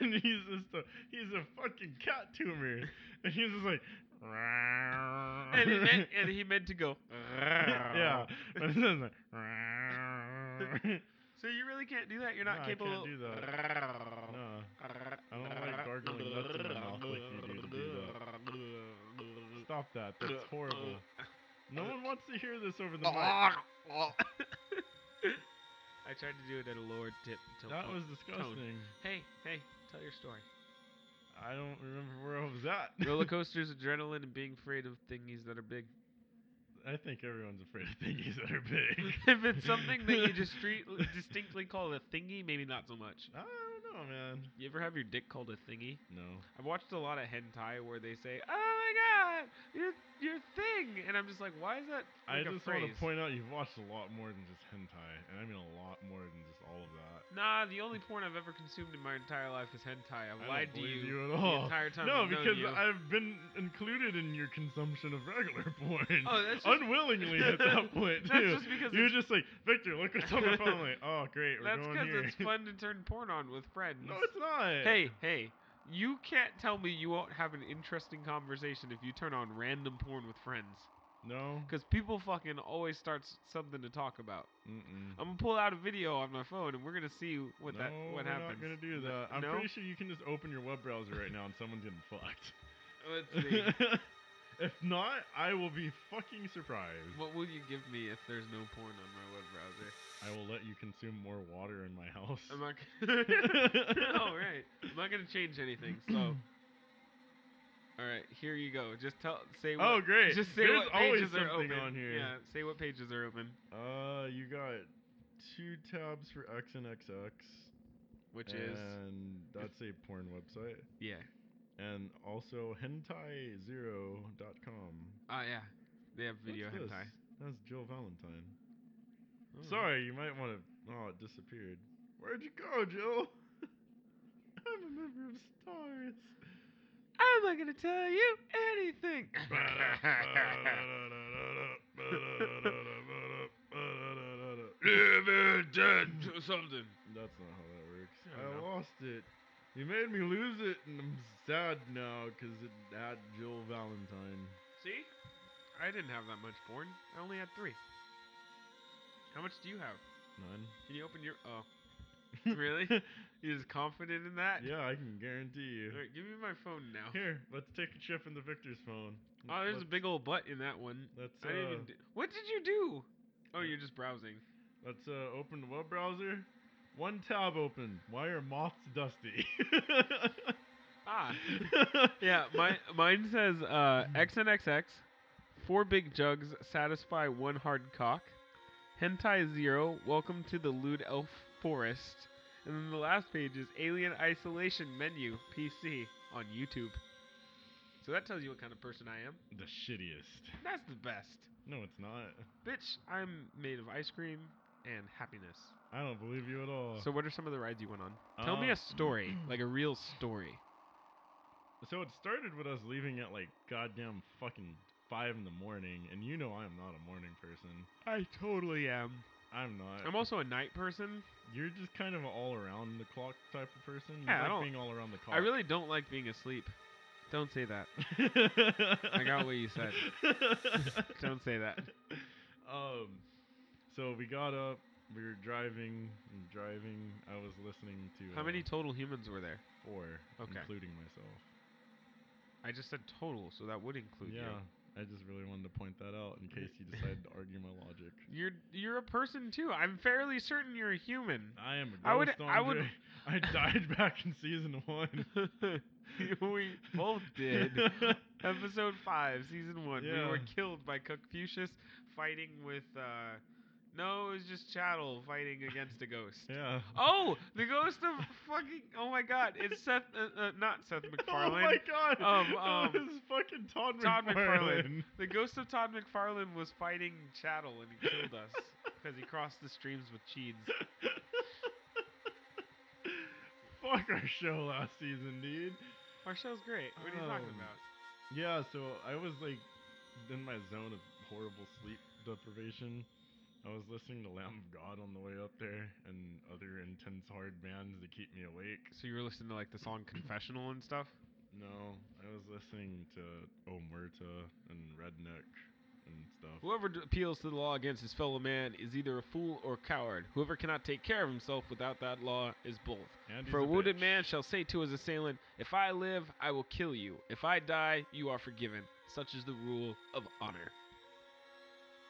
S2: and he's just a he's a fucking cat tumor, and he's just like.
S3: [laughs] and, he meant,
S2: [laughs]
S3: and he meant to go.
S2: yeah. but it's just like,
S3: So you really can't do that. [laughs] You're
S2: No,
S3: not
S2: I can't
S3: capable.
S2: do that. no, I don't like gargling nuts in my mouth like you do to do that. Stop that. That's horrible. No one wants to hear this over the
S3: Uh-uh.
S2: mic.
S3: [laughs] I tried to do it at a lower tip. Till
S2: That was disgusting.
S3: Hey, hey, tell your story.
S2: I don't remember where I was at.
S3: Roller coasters, adrenaline, and being afraid of thingies that are big.
S2: I think everyone's afraid of thingies that are big.
S3: [laughs]
S2: [laughs]
S3: if it's something that you just distre- distinctly call a thingy, maybe not so much.
S2: I don't know. Oh man.
S3: You ever have your dick called a thingy?
S2: No.
S3: I've watched a lot of hentai where they say, "Oh my god, your your thing," and I'm just like, "Why is that?"
S2: I
S3: like
S2: just
S3: a
S2: want to
S3: phrase?
S2: point out you've watched a lot more than just hentai, and I mean a lot more than just all of that.
S3: Nah, the only porn I've ever consumed in my entire life is hentai. I've
S2: I don't
S3: lied to
S2: believe
S3: you,
S2: you at all.
S3: the entire time.
S2: No,
S3: I've known
S2: because
S3: you.
S2: I've been included in your consumption of regular [laughs] porn.
S3: Oh, that's just- [laughs]
S2: Unwillingly at that point,
S3: That's
S2: too.
S3: just because
S2: You're
S3: it's-
S2: just like, Victor, look what's on my phone.
S3: [laughs]
S2: Like, oh, great, we're
S3: That's
S2: going here.
S3: it's fun to turn porn on with friends.
S2: [laughs] no, it's not.
S3: Hey, hey, you can't tell me you won't have an interesting conversation if you turn on random porn with friends.
S2: No.
S3: Because people fucking always start s- something to talk about.
S2: Mm-mm.
S3: I'm gonna pull out a video on my phone and we're gonna see what
S2: no,
S3: that what
S2: we're
S3: happens.
S2: not gonna do
S3: N-
S2: that. I'm
S3: no?
S2: pretty sure you can just open your web browser right now and someone's getting fucked.
S3: [laughs] Let's
S2: [laughs]
S3: see.
S2: if not, I will be fucking surprised.
S3: what will you give me if there's no porn on my web browser?
S2: I will let you consume more water in my house. [laughs]
S3: I'm not. gonna- [laughs] All right. I'm not gonna change anything. So. All right. Here you go. Just tell. Say. What,
S2: oh, great.
S3: Just say
S2: There's
S3: what
S2: always
S3: pages are
S2: something
S3: open.
S2: on here.
S3: Yeah. Say what pages are open.
S2: Uh, you got two tabs for X and XX,
S3: Which
S2: and
S3: is.
S2: that's a porn website,
S3: Yeah.
S2: and also hentai0.com.
S3: Oh yeah. They have video
S2: What's this?
S3: hentai.
S2: That's Jill Valentine.
S3: Oh.
S2: Sorry, you might want to. Oh, it disappeared. Where'd you go, Jill? [laughs] I'm a member of Stars.
S3: I'm not gonna tell you anything.
S2: [laughs]
S3: [laughs]
S2: That's
S3: Something.
S2: not how that works.
S3: I
S2: I
S3: don't know.
S2: lost it. You made me lose it, and I'm sad now because it had Jill Valentine.
S3: See? I didn't have that much porn. I only had three. How much do you have?
S2: None.
S3: Can you open your?
S2: [laughs]
S3: Oh. really? [laughs] You're just confident in that?
S2: Yeah, I can guarantee you.
S3: All right, give me my phone now.
S2: Here, let's take a trip into Victor's phone.
S3: Oh, there's a
S2: Let's-
S3: big old butt in that one.
S2: Let's,
S3: I didn't
S2: uh,
S3: even. Do- what did you do? Oh, you're just browsing.
S2: Let's uh, open the web browser. One tab open. Why are moths dusty? [laughs]
S3: Ah. Yeah, my, mine says uh, XNXX, four big jugs satisfy one hard cock, hentai zero, welcome to the lewd elf forest, and then the last page is Alien Isolation menu PC on YouTube. So that tells you what kind of person I am.
S2: the shittiest.
S3: That's the best,
S2: No, it's not.
S3: bitch. I'm made of ice cream and happiness.
S2: I don't believe you at all.
S3: So, what are some of the rides you went on? Tell me
S2: Um,
S3: a story, like a real story.
S2: So it started with us leaving at like goddamn fucking five in the morning, and you know I'm not a morning person.
S3: I totally am.
S2: I'm not.
S3: I'm also a night person.
S2: You're just kind of an all around the clock type of person. You
S3: Yeah, I
S2: like
S3: don't-
S2: being all around the clock.
S3: I really don't like being asleep. Don't
S2: [laughs]
S3: say that. [laughs] I got what you said. Don't say that.
S2: um, so we got up. We were driving and driving. I was listening to
S3: How
S2: uh,
S3: many total humans were there?
S2: four,
S3: Okay.
S2: including myself.
S3: I just said total, so that would include
S2: yeah, I just really wanted to point that out in
S3: [laughs]
S2: case you decided to argue my logic.
S3: you. You're you're a person too. I'm fairly certain you're a
S2: [laughs]
S3: human.
S2: I am a ghost.
S3: I would- I would-
S2: Andre. I died [laughs] back in season one.
S3: [laughs] we both
S2: [laughs]
S3: did. Episode five, season one. We were
S2: Yeah.
S3: killed by Confucius fighting with. uh No, it was just Chattel fighting against a ghost.
S2: yeah.
S3: Oh, the ghost of fucking! Oh my God! It's Seth, uh, uh, not Seth MacFarlane.
S2: [laughs] Oh my god.
S3: Um, um,
S2: it was fucking Todd,
S3: Todd
S2: McFarlane. [laughs]
S3: [laughs] McFarlane. The ghost of Todd McFarlane was fighting Chattel and he killed [laughs] us because he crossed the streams with Cheeds.
S2: Fuck our show last season, dude.
S3: Our show's great. What are you talking
S2: Um,
S3: about?
S2: Yeah, so I was like in my zone of horrible sleep deprivation. I was listening to Lamb of God on the way up there and other intense hard bands to keep me awake.
S3: So you were listening to like the song Confessional and stuff?
S2: No, I was listening to O Muerta and Redneck and stuff.
S3: Whoever d- appeals to the law against his fellow man is either a fool or coward. Whoever cannot take care of himself without that law is both.
S2: And
S3: For a
S2: he's
S3: wounded
S2: bitch.
S3: man shall say to his assailant, If I live, I will kill you. If I die, you are forgiven. Such is the rule of honor.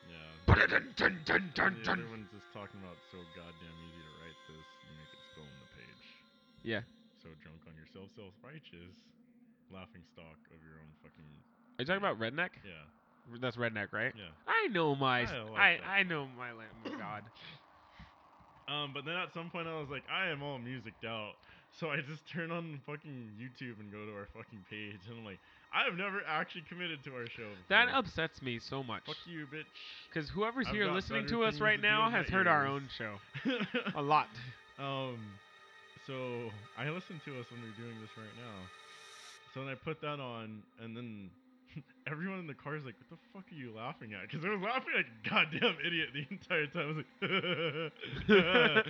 S2: Yeah.
S3: Dun,
S2: The
S3: dun.
S2: other one's just talking about it's so goddamn easy to write this, you make it spill on the page.
S3: Yeah.
S2: So drunk on yourself, self righteous, laughing stock of your own fucking.
S3: Are you talking about redneck?
S2: Yeah,
S3: That's redneck, right?
S2: yeah.
S3: I know my.
S2: I
S3: s- I,
S2: like
S3: I,
S2: that
S3: know my [coughs] lamb of God.
S2: Um, but then at some point I was like, I am all musicked out, So I just turn on fucking YouTube and go to our fucking page, and I'm like, I've never actually committed to our show.
S3: That
S2: before.
S3: upsets me so much.
S2: Fuck you, bitch.
S3: [laughs]
S2: [laughs]
S3: Because whoever's
S2: I've
S3: here
S2: got
S3: listening
S2: better
S3: to us
S2: things
S3: right
S2: to do
S3: now
S2: with my
S3: has heard our
S2: ears.
S3: own show a lot.
S2: um, so I listened to us when we are doing this right now. So then I put that on, and then [laughs] everyone in the car is like, "What the fuck are you laughing at?" Because they were laughing like a goddamn idiot the entire time. I [laughs] was like,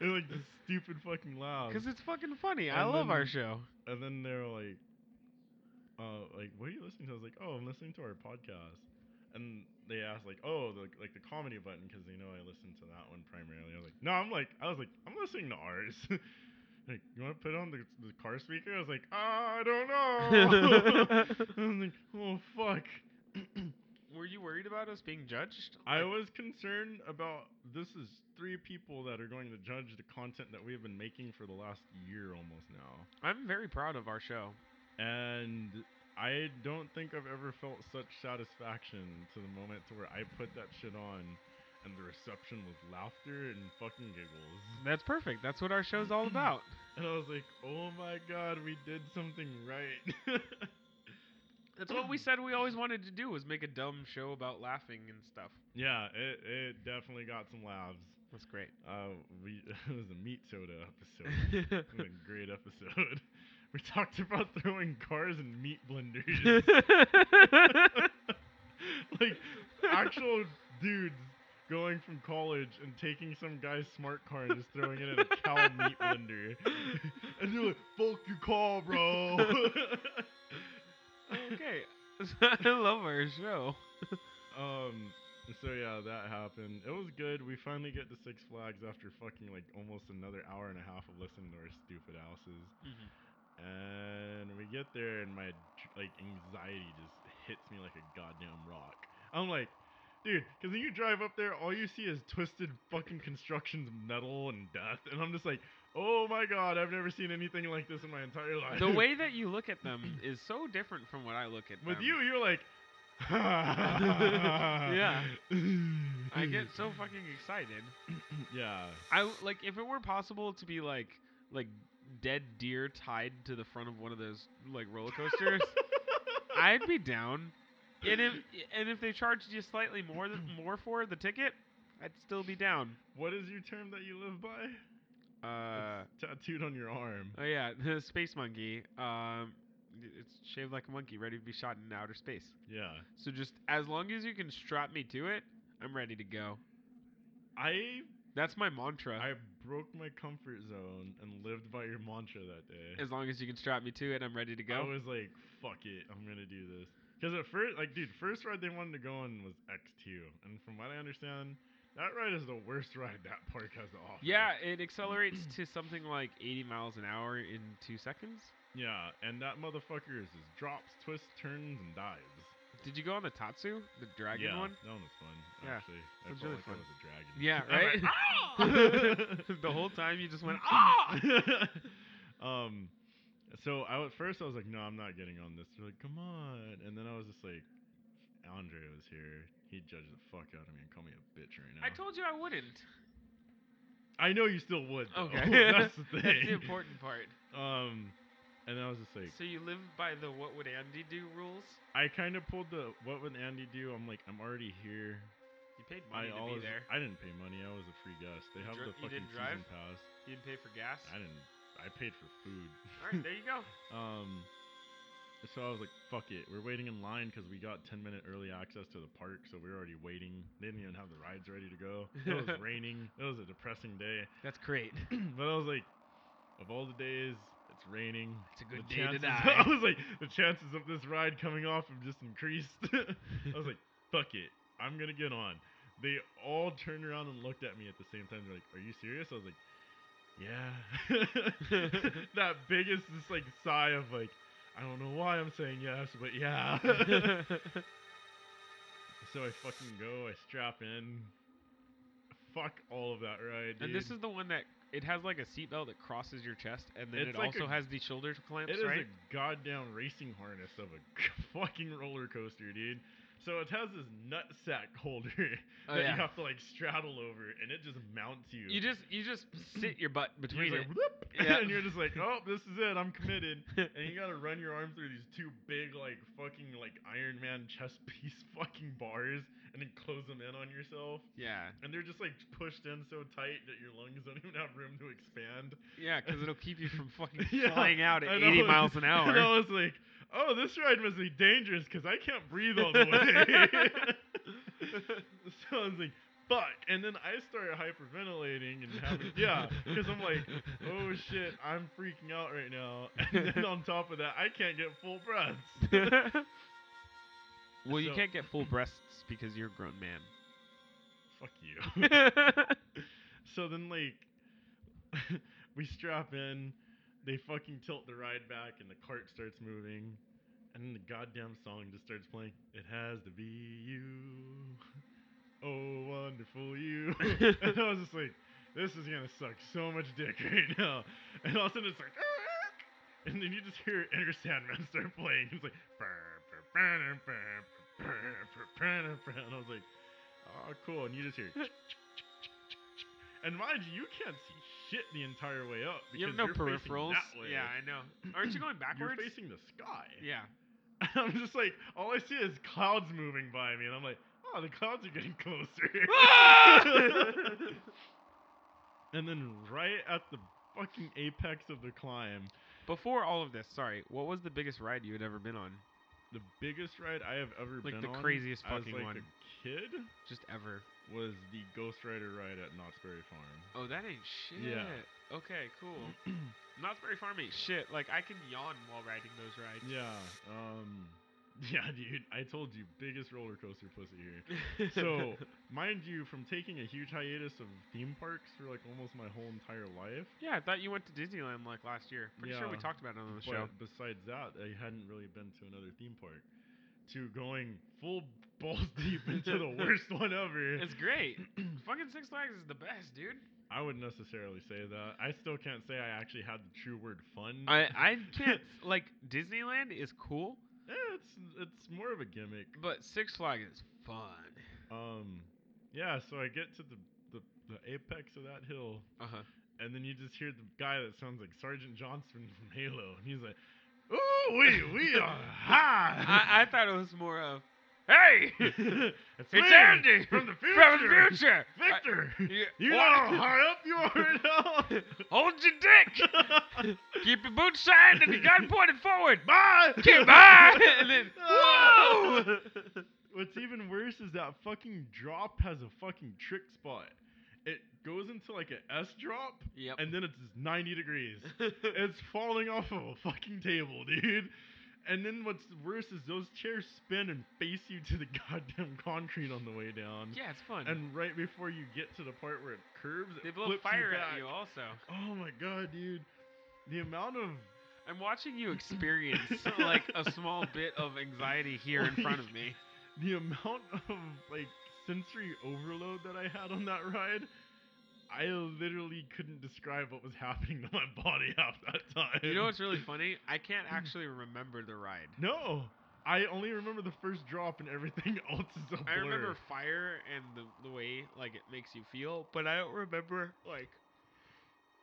S2: it was like this stupid fucking
S3: [laughs]
S2: laugh.
S3: Because it's fucking funny. I
S2: And
S3: love our
S2: then-
S3: show.
S2: and then they're like, uh, like, what are you listening to? I was like, oh, I'm listening to our podcast. And they asked like, oh, the, like the comedy button because they know I listen to that one primarily. I was like, no, I'm like, I was like, I'm listening to ours. [laughs] like, you want to put on the, the car speaker? I was like, "Ah, I don't know. [laughs] I'm like, oh fuck.
S3: Were you worried about us being judged?
S2: I was concerned about this is three people that are going to judge the content that we have been making for the last year almost now.
S3: I'm very proud of our show.
S2: and I don't think I've ever felt such satisfaction to the moment to where I put that shit on, and the reception was laughter and fucking giggles. [laughs]
S3: That's perfect. That's what our show's [coughs] all about.
S2: And I was like, oh my god, we did something right. [laughs]
S3: That's what we said we always wanted to do was make a dumb show about laughing and stuff.
S2: yeah, it it definitely got some laughs.
S3: That's [laughs] great.
S2: Uh, we [laughs] it was a meat soda
S3: [laughs]
S2: episode. It was a great episode. [laughs] We talked about throwing cars and meat
S3: [laughs]
S2: blenders. [laughs] like actual dudes going from college and taking some guy's smart car and just throwing it in a cow meat blender. [laughs] and they're like, fuck your call, bro. [laughs]
S3: okay. [laughs] I love our show.
S2: um so yeah, that happened. It was good. We finally get to Six Flags after fucking like almost another hour and a half of listening to our stupid asses.
S3: Mm-hmm.
S2: And we get there, and my dr- like anxiety just hits me like a goddamn rock. I'm like, dude, because when you drive up there, all you see is twisted fucking constructions, of metal, and death. And I'm just like, oh my god, I've never seen anything like this in my entire life. [laughs]
S3: The way that you look at them is so different from what I look at
S2: with
S3: them.
S2: you, you're like,
S3: [laughs]
S2: [laughs]
S3: Yeah. I
S2: I
S3: get so fucking excited.
S2: yeah.
S3: I w- like if it were possible to be like like dead deer tied to the front of one of those like roller
S2: [laughs]
S3: coasters, I'd be down. And if and if they charged you slightly
S2: [clears throat]
S3: more than more for the ticket, I'd still be down.
S2: What is your term that you live by?
S3: Uh
S2: It's tattooed on your arm.
S3: oh yeah, [laughs] the space monkey. Um, it's shaved like a monkey, ready to be shot in outer space.
S2: Yeah.
S3: So just as long as you can strap me to it, I'm ready to go.
S2: I
S3: That's my mantra.
S2: I broke my comfort zone and lived by your mantra that day.
S3: as long as you can strap me to it, I'm ready to
S2: I
S3: go.
S2: was like, fuck it, I'm gonna do this. Because at first, like, dude, first ride they wanted to go on was X2, and from what I understand, that ride is the worst ride that park has to offer.
S3: Yeah, it accelerates to something like 80 miles an hour in two seconds.
S2: yeah, and that motherfucker is just drops, twists, turns, and dives.
S3: Did you go on the Tatsu, the dragon
S2: yeah,
S3: one?
S2: that one was fun.
S3: Yeah,
S2: actually, I
S3: sounds
S2: felt
S3: really
S2: like
S3: fun.
S2: I "Ah!" was a dragon. [laughs] I'm
S3: Yeah,
S2: like,
S3: right. [laughs]
S2: [laughs]
S3: the whole time you just went ah.
S2: um, so I at first I was like, no, I'm not getting on this. They're like, come on, and then I was just like, Andre was here. He'd judge the fuck out of me and call me a bitch right now.
S3: [laughs] I told you I wouldn't.
S2: I know you still would. Though.
S3: Okay,
S2: [laughs] that's
S3: [laughs]
S2: the thing.
S3: That's the important part.
S2: Um, and I was just like,
S3: So you live by the "What would Andy do" rules.
S2: I kind of pulled the what would Andy do? I'm like, I'm already here.
S3: You paid money
S2: I
S3: to
S2: always,
S3: be there.
S2: I didn't pay money. I was a free guest. They
S3: You
S2: have
S3: dri-
S2: the
S3: you
S2: fucking
S3: didn't drive?
S2: season pass.
S3: You didn't pay for gas.
S2: I didn't. I paid for food.
S3: All right, there you go.
S2: Um, so I was like, fuck it. We're waiting in line because we got 10 minute early access to the park, so we were already waiting. They didn't even have the rides ready to go. It was raining. It was a depressing day.
S3: That's
S2: [laughs]
S3: [laughs] great.
S2: [clears throat] but I was like, of all the days, it's raining.
S3: It's a
S2: The
S3: good day to
S2: chances-
S3: die.
S2: [laughs] I was like, the chances of this ride coming off have just increased. [laughs] I was like, fuck it. I'm going to get on. They all turned around and looked at me at the same time. They're like, are you serious? I was like,
S3: [laughs]
S2: yeah. [laughs] that biggest, just like sigh of like, I don't know why I'm saying yes, but yeah. [laughs] so I fucking go. I strap in. Fuck all of that ride.
S3: and
S2: dude.
S3: this is the one that It has like a seatbelt that crosses your chest, and then
S2: It's
S3: it
S2: like
S3: also
S2: a-
S3: has the shoulder clamps,
S2: It is
S3: right?
S2: a goddamn racing harness of a [laughs] fucking roller coaster, dude. So it has this nut sack holder [laughs]
S3: Oh,
S2: that
S3: yeah.
S2: you have to like straddle over, and it just mounts you.
S3: You just you just sit your butt
S2: You're
S3: between
S2: just
S3: it.
S2: like, "Whoop," [laughs]
S3: Yeah.
S2: and you're just like, oh, this is it. I'm committed. [laughs] and you gotta run your arm through these two big like fucking like Iron Man chest [laughs] piece fucking bars, and then close them in on yourself.
S3: Yeah,
S2: And they're just like pushed in so tight that your lungs don't even have room to expand.
S3: yeah, because it'll keep you from fucking
S2: [laughs] Yeah,
S3: flying out
S2: I
S3: at 80
S2: know.
S3: miles an hour.
S2: [laughs] And I was like, oh, this ride must be dangerous because I can't breathe all
S3: [laughs]
S2: the way. [laughs] so I was like, fuck. And then I started hyperventilating and having, yeah, because I'm like, oh shit, I'm freaking out right now. [laughs] And then on top of that, I can't get full breaths.
S3: [laughs]
S2: [laughs]
S3: well, you
S2: So-
S3: can't get full breasts because you're a grown
S2: [laughs]
S3: man.
S2: fuck you. [laughs]
S3: [laughs]
S2: so then, like, [laughs] we strap in, they fucking tilt the ride back, and the cart starts moving. And then the goddamn song just starts playing. It has to be you. Oh, wonderful
S3: [laughs]
S2: you. and I was just like, this is gonna suck so much dick [laughs] right now. And all of a sudden it's like, "Ah!" and then you just hear Enter Sandman start playing. It's like, and I was like, oh, cool. And you just hear, [laughs] and mind you, you can't see shit the entire way up.
S3: you have
S2: because
S3: no
S2: you're facing
S3: peripherals.
S2: That way.
S3: Yeah, I know. Aren't you going
S2: You're
S3: backwards?
S2: facing the sky.
S3: yeah.
S2: [laughs] I'm just like, all I see is clouds moving by me, and I'm like, oh, the clouds are getting [laughs] closer.
S3: [laughs]
S2: and then right at the fucking apex of the climb,
S3: Before all of this, sorry, what was the biggest ride you had ever been on?
S2: the biggest ride I have ever
S3: Like
S2: been
S3: the
S2: on
S3: craziest
S2: as
S3: fucking
S2: like
S3: one.
S2: a kid
S3: Just ever.
S2: was the Ghost Rider ride at Knott's Berry Farm.
S3: Oh, that ain't shit.
S2: Yeah.
S3: Okay, [clears throat] cool. Knott's Berry Farm ain't shit. Like, I can yawn while riding those rides.
S2: Yeah, um, [laughs] yeah, dude, I told you, biggest roller coaster pussy here.
S3: [laughs]
S2: so, mind you, from taking a huge hiatus of theme parks for like almost my whole entire life,
S3: yeah, I thought you went to Disneyland like last year. Pretty sure
S2: Yeah.
S3: we talked about it on the
S2: but
S3: [clears throat] show.
S2: besides that, I hadn't really been to another theme park. To going full balls [laughs] deep into
S3: [laughs]
S2: the worst one ever.
S3: It's great. Fucking Six Flags is the best, dude.
S2: I wouldn't necessarily say that. I still can't say I actually had the true word fun.
S3: I I [laughs] can't like Disneyland is cool,
S2: Eh, it's it's more of a gimmick.
S3: but Six Flags is fun.
S2: Um, yeah. So I get to the, the the apex of that hill,
S3: Uh [laughs] huh.
S2: and then you just hear the guy that sounds like Sergeant Johnson [laughs] from Halo, and he's like, "Ooh, we we
S3: [laughs]
S2: are high."
S3: I, I thought [laughs] it was more of, [laughs] hey,
S2: [laughs] it's,
S3: it's
S2: me
S3: Andy
S2: from the future.
S3: [laughs] From the future.
S2: Victor,
S3: I- you-
S2: [laughs] you know how high up you are
S3: Hold your [laughs] dick.
S2: right now.
S3: Keep your boots signed and
S2: [laughs]
S3: your gun pointed forward. [laughs]
S2: Bye. [laughs]
S3: Okay, bye. And then, whoa!
S2: Uh, What's even worse is that fucking drop has a fucking trick spot. It goes into like an S drop,
S3: Yep.
S2: and then it's 90
S3: [laughs]
S2: degrees. it's falling off of a fucking table, dude. And then what's worse is those chairs spin and face you to the [laughs] goddamn concrete on the way down.
S3: yeah, it's fun.
S2: And right before you get to the part where it curves, it
S3: they blow
S2: flips
S3: fire
S2: you
S3: at
S2: back.
S3: you also.
S2: Oh my god, dude. The amount of
S3: I'm watching
S2: [laughs]
S3: you experience [laughs] like a small bit of anxiety here in front of me.
S2: the amount [laughs] of like sensory overload that I had on that ride, I literally couldn't describe what was happening to my body [laughs] half that time.
S3: You know what's really funny?
S2: [laughs]
S3: I can't actually remember the ride.
S2: No, I only remember the first drop, and everything [laughs] else is a blur.
S3: I remember fire and the, the way like it makes you feel, but I don't remember like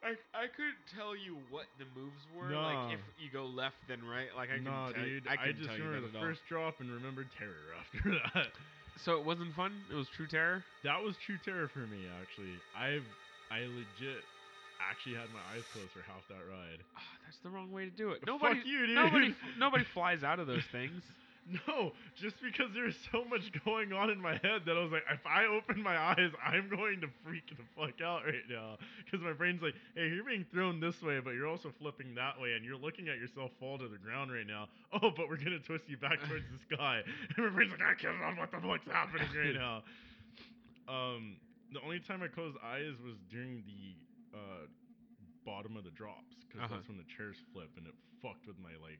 S3: I I couldn't tell you what the moves were. Like
S2: Nah.
S3: if you go left then right, like I can
S2: nah,
S3: tell
S2: dude.
S3: I can
S2: just
S3: tell you
S2: remember
S3: that
S2: the
S3: at all.
S2: first drop and remember terror [laughs] after that.
S3: So it wasn't fun. It was true terror.
S2: That was true terror for me, actually. I've I legit actually had my eyes closed for half that ride.
S3: Ah, that's the wrong way to do it. Nobody,
S2: [laughs] Fuck you, dude.
S3: nobody, f- nobody flies out of those things.
S2: No, just because there's so much going on in my head that I was like, if I open my eyes, I'm going to freak the fuck out right now. Because my brain's like, hey, you're being thrown this way, but you're also flipping that way, and you're looking at yourself fall to the ground right now. [laughs] Oh, but we're going to twist you back towards the sky. [laughs] And my brain's like, I can't remember what the fuck's happening right now. Um, the only time I closed eyes was during the uh, bottom of the drops, because
S3: Uh-huh.
S2: that's when the chairs flip, and it fucked with my, like,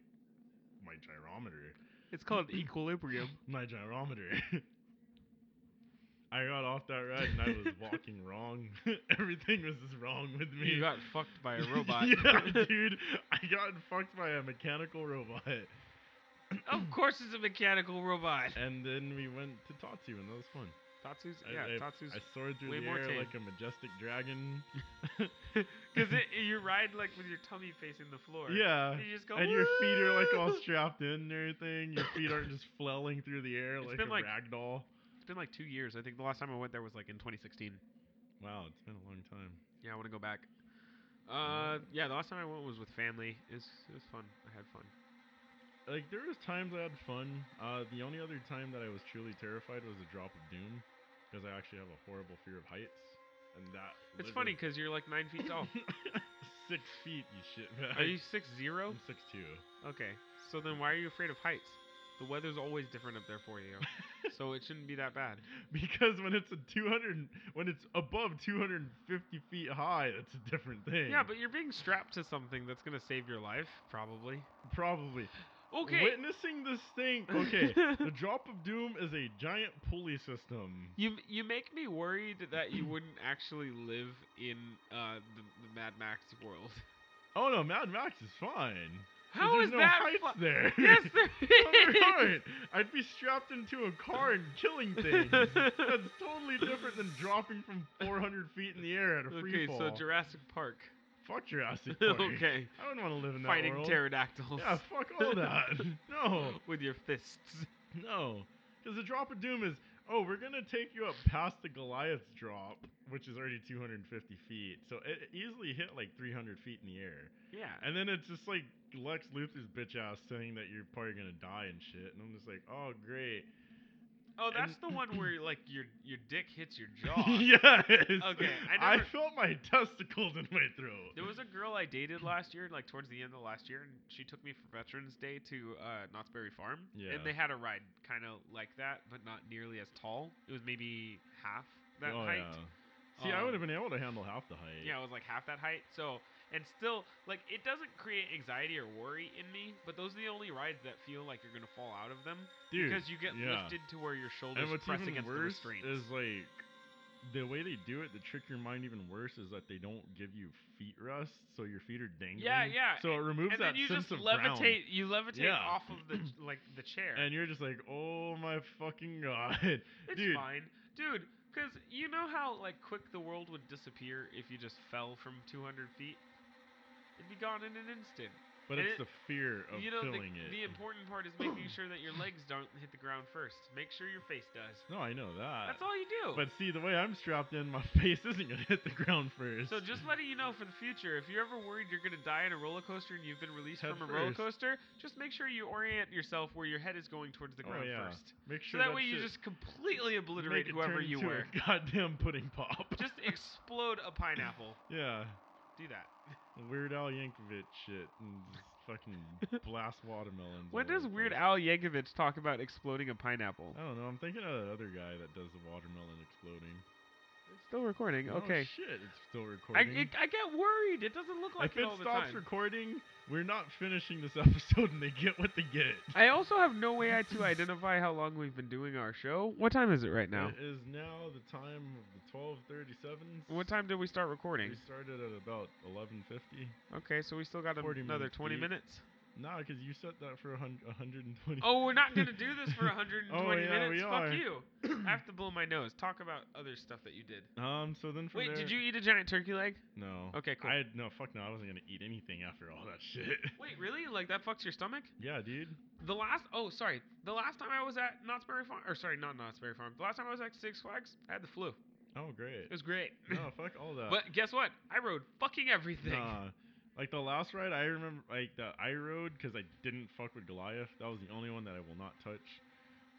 S2: my gyrometer
S3: [laughs] It's called equilibrium.
S2: my gyrometer. [laughs] I got off that ride and I
S3: [laughs]
S2: was walking wrong. [laughs] Everything was just wrong with me. [laughs]
S3: You got fucked by a robot. [laughs]
S2: yeah, [laughs] dude. I got fucked by a mechanical robot.
S3: Of course, it's a mechanical
S2: [laughs]
S3: robot.
S2: And then we went to Tatsu, and that was fun.
S3: Tatsu's,
S2: I-
S3: yeah,
S2: I,
S3: [laughs] Tatsu's.
S2: I soared through
S3: way
S2: the
S3: more
S2: air
S3: tame.
S2: like a majestic dragon. [laughs]
S3: Because you ride like with your tummy facing the floor.
S2: yeah.
S3: You just go,
S2: And your feet are like
S3: [laughs]
S2: all
S3: "Woo!"
S2: strapped in and everything. Your feet aren't
S3: [laughs]
S2: just flailing through the air
S3: It's
S2: like a
S3: been like-
S2: rag doll.
S3: It's been like two years. I think the last time I went there was like in 2016.
S2: Wow, it's been a long time.
S3: Yeah, I want to go back. Uh, yeah, the last time I went was with family. It was, it was fun. I had fun.
S2: Like there was times I had fun. Uh, the only other time that I was truly terrified was the drop of doom, because I actually have a horrible fear of heights, and that.
S3: It's funny
S2: [laughs]
S3: because you're like nine feet tall.
S2: literally- six feet, you shit. Man.
S3: Are you six zero?
S2: I'm six two.
S3: Okay. So then why are you afraid of heights? The weather's always different up there for you,
S2: [laughs]
S3: so it shouldn't be that bad.
S2: Because when it's a 200, when it's above 250 feet high, that's a different thing.
S3: Yeah, but you're being strapped to something that's gonna save your life, probably.
S2: probably.
S3: Okay.
S2: Witnessing this thing. Okay.
S3: [laughs]
S2: the drop of doom is a giant pulley system.
S3: You you make me worried that you wouldn't actually live in uh, the, the Mad Max
S2: [laughs]
S3: world.
S2: Oh no, Mad Max is fine. 'Cause
S3: How
S2: there's
S3: is
S2: no
S3: that?
S2: heights
S3: fu-
S2: there?
S3: [laughs] yes,
S2: [laughs]
S3: there is.
S2: Oh my God. I'd be strapped into a car and killing things. That's totally different than dropping from 400 feet in the air at a free
S3: [laughs] Okay,
S2: fall.
S3: so Jurassic Park.
S2: fuck
S3: [laughs]
S2: Jurassic Park.
S3: okay,
S2: I don't want to live in that
S3: fighting
S2: world.
S3: pterodactyls
S2: Yeah, fuck
S3: [laughs]
S2: all that. no,
S3: with your fists.
S2: no. Because the drop of doom is, oh, we're going to take you up past the Goliath drop, which is already 250 feet. So it it easily hit like 300 feet in the air.
S3: Yeah,
S2: And then it's just like Lex Luthor's bitch ass saying that you're probably going to die and shit. And I'm just like, oh, great.
S3: Oh, that's
S2: And-
S3: the one
S2: [clears throat]
S3: where like your your dick
S2: [laughs]
S3: hits your jaw.
S2: yes.
S3: Okay, I
S2: I,
S3: never-
S2: felt my testicles in my throat.
S3: There was a girl I dated last year, like towards the end of last year, and she took me for Veterans Day to uh, Knott's Berry Farm.
S2: Yeah.
S3: And they had a ride kind of like that, but not nearly as tall. It was maybe half that
S2: Oh,
S3: height. um,
S2: yeah. See, I would have been able to handle half the height.
S3: Yeah, it was like half that height. So, and still, like, it doesn't create anxiety or worry in me, but those are the only rides that feel like you're going to fall out of them
S2: dude.
S3: because you get
S2: yeah.
S3: lifted to where your shoulders
S2: and what's
S3: press
S2: even
S3: against the
S2: worse
S3: restraints.
S2: is like the way they do it to trick your mind even worse is that they don't give you feet rest, so your feet are dangling.
S3: yeah,
S2: So it removes
S3: and
S2: that
S3: then you
S2: sense
S3: just
S2: of
S3: levitate.
S2: ground.
S3: You levitate
S2: Yeah.
S3: off of
S2: [clears throat]
S3: the like the chair.
S2: And you're just like, oh my fucking god, [laughs]
S3: It's
S2: dude.
S3: fine, dude. Because you know how like quick the world would disappear if you just fell from 200 feet. It'd be gone in an instant.
S2: But
S3: And
S2: it's
S3: it-
S2: the fear of
S3: you know the,
S2: feeling it.
S3: the important part is making sure that your legs don't hit the ground first. Make sure your face does.
S2: no, I know that.
S3: That's all you do.
S2: Uh, But see, the way I'm strapped in, my [laughs] face isn't gonna hit the ground first.
S3: so just letting you know for the future, if you're ever worried you're gonna die in a roller coaster and you've been released
S2: Head
S3: from a roller
S2: first.
S3: coaster, just make sure you orient yourself where your head is going towards the
S2: Oh,
S3: ground
S2: yeah.
S3: first.
S2: make
S3: So
S2: sure
S3: that way you
S2: shit
S3: just completely
S2: make
S3: obliterate
S2: it
S3: whoever
S2: turn
S3: you
S2: into
S3: were.
S2: A [laughs] goddamn pudding pop.
S3: just explode a pineapple.
S2: [laughs] yeah,
S3: Do that.
S2: Weird Al Yankovic shit and just
S3: [laughs]
S2: fucking blast watermelons.
S3: When
S2: all over
S3: does
S2: the
S3: Weird
S2: place.
S3: Al Yankovic talk about exploding a pineapple?
S2: I don't know. I'm thinking of that other guy that does the watermelon exploding.
S3: It's still recording.
S2: Oh,
S3: Okay.
S2: shit, it's still
S3: I,
S2: recording.
S3: it, I get worried. It doesn't look like
S2: if
S3: it
S2: it
S3: all the
S2: stops
S3: time.
S2: recording, we're not finishing this [laughs] episode, and they get what they get.
S3: I also have no way I to identify how long we've been doing our show. What time is it right now?
S2: It is now the time of the 12:37.
S3: What time did we start recording?
S2: We started at about 11:50.
S3: Okay, so we still got an-
S2: 40
S3: another
S2: minutes
S3: 20
S2: deep.
S3: [laughs] minutes.
S2: Nah, because you set that for a hun- a 120.
S3: Oh, we're not gonna do this for [laughs] 120
S2: Oh, yeah, we
S3: minutes. Fuck
S2: are.
S3: [coughs] you. I have to blow my nose. Talk about other stuff that you did.
S2: Um. So then from
S3: Wait,
S2: there,
S3: did you eat a giant turkey leg?
S2: No.
S3: Okay, cool.
S2: I had no fuck no. I wasn't gonna eat anything after all that
S3: [laughs]
S2: shit.
S3: Wait, really? Like that fucks your stomach?
S2: yeah, dude.
S3: The last, oh, sorry. The last time I was at Knott's Berry Farm, or sorry, not Knott's Berry Farm. The last time I was at Six Flags, I had the flu.
S2: Oh great.
S3: It was great.
S2: No, fuck all that.
S3: [laughs] but guess what? I rode fucking everything.
S2: Nah. Like the last ride, I remember like that I rode because I didn't fuck with Goliath. That was the only one that I will not touch.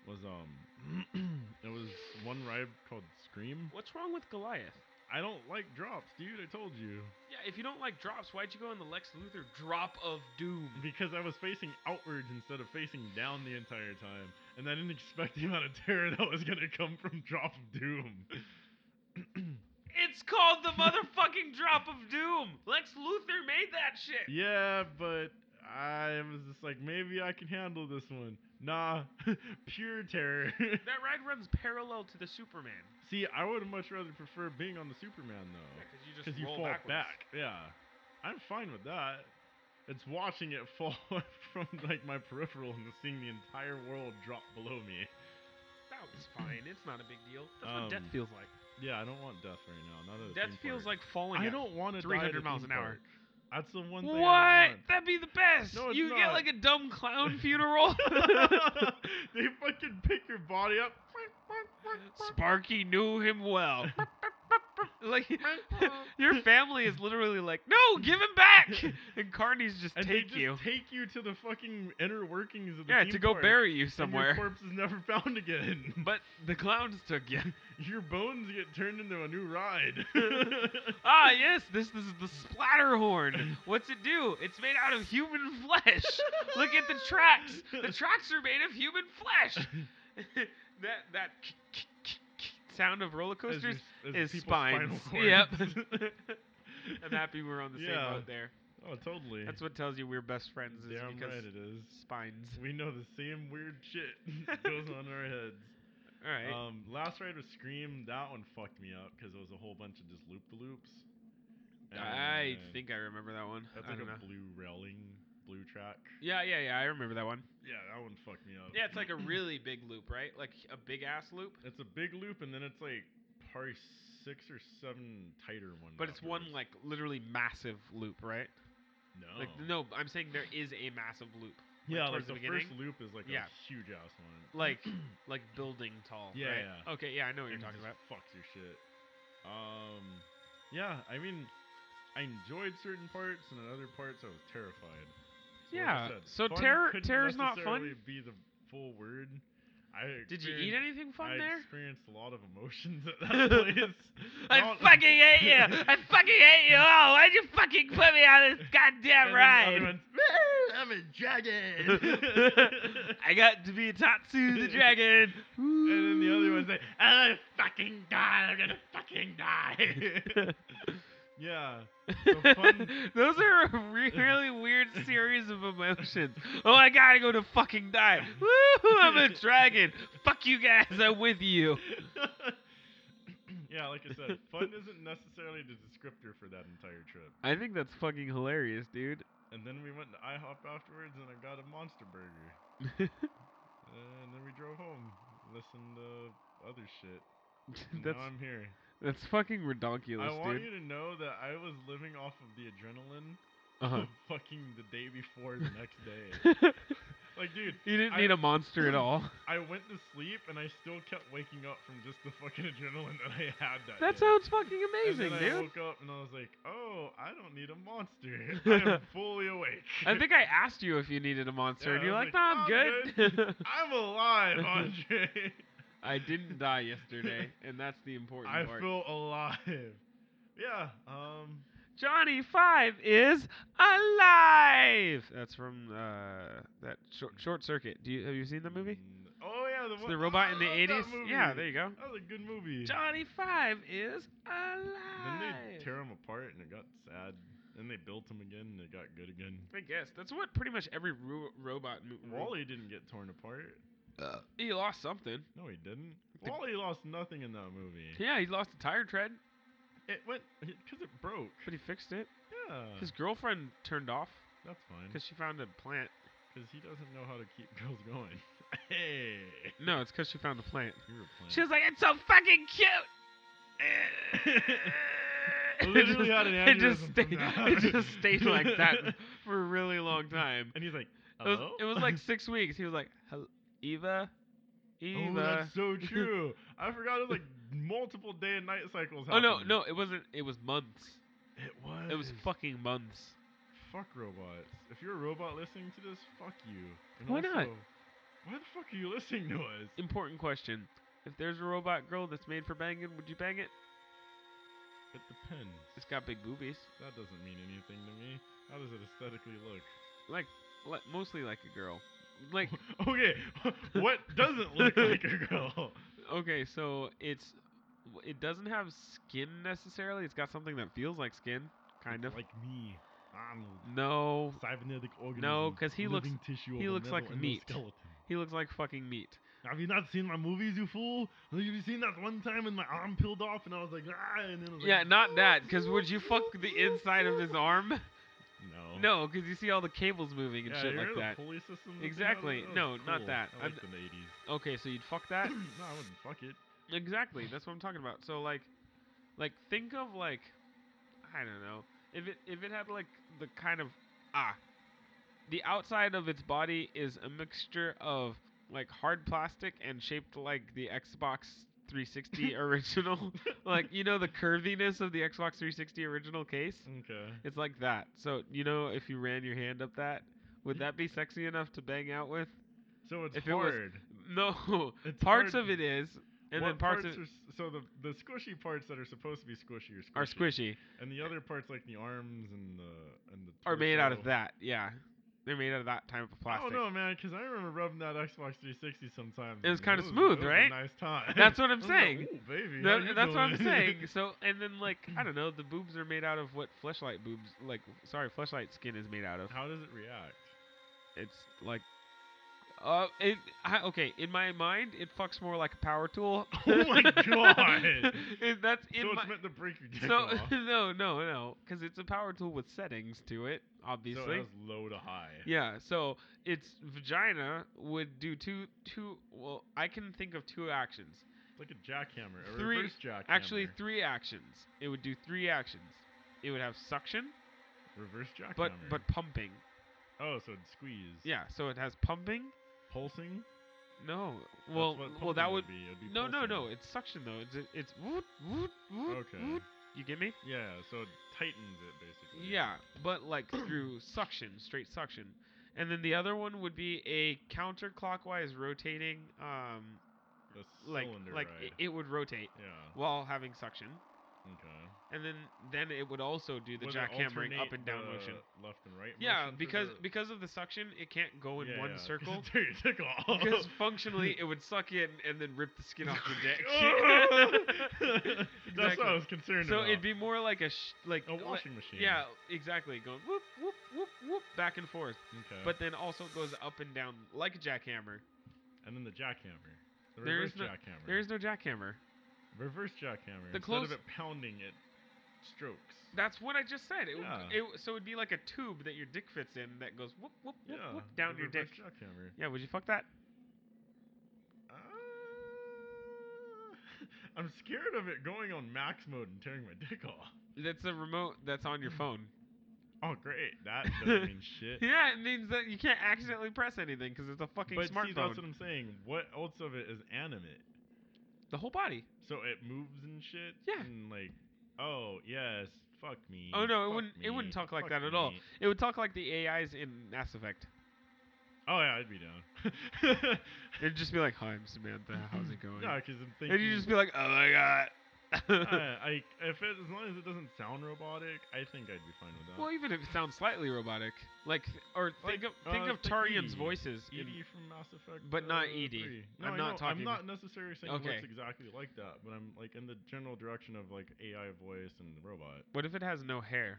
S2: Was um, [clears throat] it was one ride called Scream.
S3: What's wrong with Goliath?
S2: I don't like drops, dude. I told you
S3: Yeah, if you don't like drops, why'd you go on the Lex Luthor drop of doom?
S2: because I was facing outwards instead of facing down the entire time, and I didn't expect the amount of terror [laughs] that was gonna come from Drop of Doom.
S3: It's called the motherfucking drop of doom. Lex Luthor made that shit.
S2: Yeah, but I was just like, maybe I can handle this one. Nah, [laughs] pure terror. [laughs]
S3: That ride runs parallel to the Superman.
S2: See, I would much rather prefer being on the Superman though,
S3: Because you
S2: because
S3: just
S2: you
S3: roll
S2: fall
S3: backwards.
S2: back. Yeah, I'm fine with that. It's watching it [laughs] fall from like my peripheral and seeing the entire world drop below me.
S3: That was fine. It's not a big deal. That's what death
S2: Um,
S3: feels like.
S2: Yeah, I don't want death right now. Not at a
S3: Death
S2: theme
S3: feels
S2: park.
S3: like falling.
S2: I
S3: at
S2: don't want to
S3: 300 miles an hour.
S2: That's the one thing. I
S3: What?
S2: don't want.
S3: That'd be the best.
S2: No, it's
S3: you
S2: not.
S3: get like a dumb
S2: [laughs]
S3: clown funeral.
S2: they fucking pick your body
S3: [laughs]
S2: up.
S3: Sparky knew him well. [laughs] like your family is literally like, no, give him
S2: [laughs]
S3: back. And Carney's just
S2: And they
S3: take
S2: just
S3: you.
S2: take you to the fucking inner workings of the
S3: yeah,
S2: theme
S3: to go
S2: park,
S3: bury you
S2: and
S3: somewhere. [laughs]
S2: your corpse is never [laughs] found again. [laughs]
S3: But the clowns took you.
S2: Your bones get turned into a new ride.
S3: [laughs] Ah, yes, this, this is
S2: [laughs]
S3: the Splatterhorn. What's it do? It's made out of human flesh. Look at the tracks. The tracks are made of human
S2: [laughs]
S3: flesh. [laughs] that that sound
S2: [laughs]
S3: of roller
S2: As your-
S3: coasters.
S2: as
S3: is
S2: people's spinal
S3: [laughs] spines.
S2: cords. [laughs]
S3: Yep. I'm happy we're on the
S2: Yeah.
S3: same boat there.
S2: oh, totally.
S3: That's what tells you we're best friends is
S2: Damn
S3: because
S2: right it is.
S3: spines.
S2: We know the same weird shit [laughs]
S3: [laughs]
S2: that goes on in our heads.
S3: All right.
S2: Um, last ride was Scream. That one fucked me up because it was a whole bunch of just loop the loops.
S3: I think I remember that one.
S2: that's
S3: I
S2: like a
S3: don't know.
S2: blue railing, blue track.
S3: Yeah, yeah, yeah. I remember that one.
S2: Yeah, that one fucked me up.
S3: Yeah, it's like a really big loop, right? Like a big ass loop.
S2: [clears throat] it's a big loop, and then it's like probably six or seven tighter ones.
S3: But it's one like literally massive loop, right?
S2: no,
S3: Like no, I'm saying there is a massive loop. like,
S2: yeah,
S3: towards
S2: like
S3: the
S2: the,
S3: beginning?
S2: first loop is like
S3: Yeah.
S2: a huge ass one.
S3: Like
S2: [clears throat]
S3: like building tall.
S2: Yeah,
S3: right?
S2: yeah.
S3: Okay, yeah, I know what you're
S2: and it
S3: talking
S2: just
S3: about.
S2: Fucks your shit. Um, yeah, I mean, I enjoyed certain parts, and in other parts I was terrified. So like I
S3: Yeah,
S2: said,
S3: so
S2: fun
S3: terror-
S2: couldn't
S3: terror's not fun?
S2: necessarily Be the full word. I
S3: Did you eat
S2: experienced-
S3: anything fun
S2: I
S3: there?
S2: experienced a lot of emotions
S3: [laughs]
S2: at that place.
S3: I
S2: Not-
S3: fucking
S2: [laughs]
S3: hate you. I fucking hate you. Oh, why'd you fucking put me on this
S2: And then
S3: goddamn
S2: the other
S3: ride?
S2: one's, "Woo, I'm a dragon.
S3: [laughs] I got to be Tatsu the dragon.
S2: [laughs] [laughs] And then the other "Ah, one's like, I fucking die, I'm gonna fucking
S3: [laughs]
S2: die. yeah. [laughs] the fun-
S3: Those are a re- really weird series of emotions. Oh, I gotta go to fucking die. Woo!
S2: [laughs]
S3: I'm a dragon. Fuck you guys. I'm with you.
S2: yeah, like I said, fun isn't necessarily the descriptor for that entire trip.
S3: I think that's fucking hilarious, dude. [laughs]
S2: And then we went to IHOP afterwards and I got a monster burger.
S3: [laughs]
S2: and then we drove home, listened to other shit. And
S3: [laughs] that's
S2: now I'm here.
S3: that's fucking
S2: I
S3: redonkulous,
S2: want
S3: dude.
S2: you to know that I was living off of the adrenaline
S3: Uh-huh.
S2: of fucking the day before the next day.
S3: [laughs] you
S2: like, dude,
S3: didn't
S2: I- [laughs]
S3: need a monster at all.
S2: I went to sleep and I still kept waking up from just the fucking adrenaline that I had that
S3: That
S2: day.
S3: sounds fucking
S2: And
S3: amazing,
S2: then I
S3: dude.
S2: woke up and I was like, oh, I don't need a
S3: [laughs]
S2: monster. I am fully awake.
S3: I think I asked you if you needed a monster,
S2: Yeah,
S3: and
S2: I
S3: you're
S2: was like,
S3: like, "Nah, I'm
S2: "I'm
S3: good."
S2: [laughs]
S3: [laughs]
S2: I'm alive, Andre.
S3: I didn't die yesterday, and that's the important
S2: I
S3: part.
S2: feel alive. Yeah. Um.
S3: Johnny Five is alive. That's from uh, that short, short Circuit. Do you have you seen the movie?
S2: mm, Oh yeah, the
S3: It's
S2: one-
S3: the
S2: [laughs]
S3: robot
S2: I
S3: in the
S2: love that
S3: '80s. Yeah,
S2: movie.
S3: there you go.
S2: That was a good movie.
S3: Johnny Five is
S2: Then
S3: alive.
S2: they tear him apart and it got sad. Then they built him again and it got good again.
S3: I guess that's what pretty much every ro- robot movie.
S2: Wally didn't get torn apart.
S3: He lost something.
S2: No, he didn't.
S3: The-
S2: Wally lost nothing in that movie.
S3: Yeah, he lost a tire tread,
S2: It went because it broke.
S3: but he fixed it.
S2: Yeah,
S3: His girlfriend turned off
S2: that's fine.
S3: because she found a plant.
S2: Because he doesn't know how to keep [laughs] girls going. hey,
S3: No, it's because she found a plant.
S2: you were playing.
S3: She was like, "It's so fucking
S2: [laughs]
S3: cute."
S2: I literally had an
S3: it
S2: aneurysm
S3: just
S2: from
S3: stayed.
S2: that.
S3: It just stayed like that for a really long time.
S2: [laughs] and he's like,
S3: It was,
S2: hello.
S3: it was like six weeks. He was like, "Hel- "Eva,
S2: [laughs] Oh,
S3: Eva."
S2: that's
S3: [laughs]
S2: so true. I forgot it was like multiple day and night cycles.
S3: Oh, no,
S2: happened.
S3: no, it wasn't. It was months.
S2: It was.
S3: It was fucking months.
S2: Fuck robots. If you're a robot listening to this, fuck you. And
S3: Why not?
S2: also, Why the fuck are you listening to us?
S3: Important question: If there's a robot girl that's made for banging, would you bang it?
S2: It depends.
S3: It's got big boobies,
S2: That doesn't mean anything to me. How does it aesthetically look? [laughs]
S3: like, like mostly like a girl. Like,
S2: okay, Oh, [laughs] what doesn't
S3: [laughs]
S2: look like a girl?
S3: okay, so it's it doesn't have skin necessarily. It's got something that feels like skin, kind of.
S2: Like me. I'm a
S3: No,
S2: cybernetic organism.
S3: No, 'cause he looks-
S2: living tissue
S3: he
S2: of a
S3: looks like
S2: metal
S3: meat.
S2: endoskeleton.
S3: He looks like fucking meat.
S2: Have you not seen my movies, you fool? Have you seen that one time when my arm peeled off and I was like, ah, and then I was
S3: Yeah,
S2: like, [laughs]
S3: not that. Because would you fuck the inside of his arm?
S2: no.
S3: No, because you see all the cables moving and
S2: Yeah,
S3: shit
S2: you
S3: like
S2: remember
S3: that.
S2: The pulley system that they had?
S3: Exactly.
S2: That was
S3: No, not
S2: cool.
S3: that.
S2: I
S3: I'm-
S2: liked in the 80s.
S3: Okay, so you'd fuck
S2: [clears throat]
S3: that.
S2: no, I wouldn't fuck it.
S3: Exactly. That's what I'm talking about. So like, like think of like, I don't know, if it if it had like the kind of ah, the outside of its body is a mixture of like hard plastic and shaped like the Xbox
S2: [laughs]
S3: 360 original, like you know the curviness of the Xbox 360 original case.
S2: Okay.
S3: It's like that. So you know if you ran your hand up that, would
S2: Yeah.
S3: that be sexy enough to bang out with?
S2: So it's
S3: If it was-
S2: hard.
S3: No,
S2: It's
S3: parts
S2: hard.
S3: of it is, and
S2: What
S3: then parts, of
S2: are, s- so the the squishy parts that are supposed to be squishy are squishy,
S3: are squishy.
S2: and the other parts like the arms and the and the
S3: are made out of
S2: torso.
S3: that. Yeah, they're made out of that type of
S2: I
S3: plastic.
S2: don't know, man, because I remember rubbing that Xbox 360 sometimes.
S3: It was
S2: and
S3: kinda
S2: it
S3: smooth,
S2: it was a
S3: right?
S2: nice time.
S3: [laughs] That's
S2: [laughs]
S3: what
S2: I
S3: I'm
S2: was
S3: saying.
S2: Like, Ooh, baby,
S3: Tha-
S2: how you
S3: that's what I'm
S2: doing?" [laughs]
S3: saying. So, and then like I don't know, the boobs are made out of what fleshlight boobs, like sorry, fleshlight skin is made out of.
S2: How does it react?
S3: It's like, uh, it I, okay. In my mind, it fucks more like a power tool.
S2: [laughs] Oh
S3: [laughs]
S2: my God.
S3: It- that's in
S2: so
S3: my.
S2: it's meant to break your dick
S3: so [laughs]
S2: off.
S3: no, no, no, because it's a power tool with settings to it, obviously.
S2: So it has low to high.
S3: Yeah, so its vagina would do two two well, I can think of two actions.
S2: It's like a jackhammer, a
S3: Three-
S2: reverse jackhammer.
S3: Actually, three actions. It would do three actions. It would have suction,
S2: reverse jackhammer.
S3: but but pumping.
S2: oh, so it'd squeeze.
S3: Yeah, so it has pumping?
S2: Pulsing.
S3: No.
S2: That's
S3: Well,
S2: what
S3: well that
S2: pumping
S3: would
S2: be. It'd be
S3: No, no,
S2: pulsing.
S3: no, it's suction though. It's it's woot woot woot.
S2: Okay.
S3: woot. You get me?
S2: Yeah, so it tightens it basically.
S3: Yeah, but like through suction, straight suction. And then the other one would be a counterclockwise rotating um
S2: The
S3: like
S2: cylinder
S3: like
S2: ride.
S3: it, it would rotate
S2: yeah.
S3: while having suction,
S2: Okay.
S3: and then then it would also do the
S2: Would it
S3: jackhammering up
S2: alternate
S3: and down
S2: the
S3: motion.
S2: Left and right.
S3: Yeah,
S2: motion for
S3: because
S2: the-
S3: because of the suction, it can't go in
S2: Yeah, [laughs]
S3: one
S2: yeah, 'cause
S3: circle.
S2: it
S3: [laughs]
S2: tear your dick off.
S3: Because functionally, it would suck in and then rip the skin off
S2: [laughs]
S3: your dick.
S2: That's what I
S3: Exactly.
S2: was concerned
S3: so
S2: about.
S3: it'd be more like a sh- like
S2: a
S3: like-
S2: washing machine.
S3: Yeah, exactly. Going whoop whoop whoop whoop back and forth,
S2: Okay.
S3: but then also goes up and down like a jackhammer.
S2: and then the jackhammer. The
S3: There
S2: reverse
S3: is no-
S2: jackhammer.
S3: There is no jackhammer.
S2: reverse jackhammer.
S3: The
S2: Instead
S3: close-
S2: of it pounding, it strokes.
S3: That's what I just said. It, would,
S2: Yeah.
S3: it w- so it'd be like a tube that your dick fits in that goes whoop whoop
S2: yeah.
S3: whoop whoop down
S2: the
S3: your dick.
S2: reverse Jackhammer.
S3: Yeah, would you fuck that?
S2: Uh, [laughs] I'm scared of it going on max mode and tearing my dick off. [laughs]
S3: That's a remote that's on
S2: Mm.
S3: your phone.
S2: Oh great,
S3: [laughs]
S2: that doesn't mean shit.
S3: yeah, it means that you can't accidentally press anything because it's a fucking
S2: but see,
S3: smartphone.
S2: that's what I'm saying. What else of it is animate?
S3: the whole body.
S2: So it moves and shit.
S3: Yeah.
S2: And like, oh yes, fuck me.
S3: Oh, no, it
S2: fuck
S3: wouldn't- it wouldn't
S2: me,
S3: talk like
S2: fuck
S3: that at all.
S2: me.
S3: It would talk like the AIs in Mass Effect.
S2: Oh yeah, I'd be [laughs] down.
S3: It'd just be like, "Hi, I'm Samantha. How's it
S2: [laughs]
S3: going?"
S2: no, because I'm thinking.
S3: and you just be like, "Oh my god."
S2: uh, I if it, as long as it doesn't sound robotic, I think I'd be fine with that.
S3: [laughs] well, even if it sounds slightly robotic, like th- or
S2: Like,
S3: think of think
S2: uh,
S3: of
S2: the Edie.
S3: Tarian's voices. in-
S2: Edie from Mass Effect,
S3: But not
S2: uh,
S3: Edie.
S2: 3.
S3: I'm
S2: I
S3: not
S2: know,
S3: talking-
S2: I'm not necessarily saying it
S3: Okay.
S2: looks exactly like that, but I'm like in the general direction of like AI voice and robot.
S3: what if it has no hair?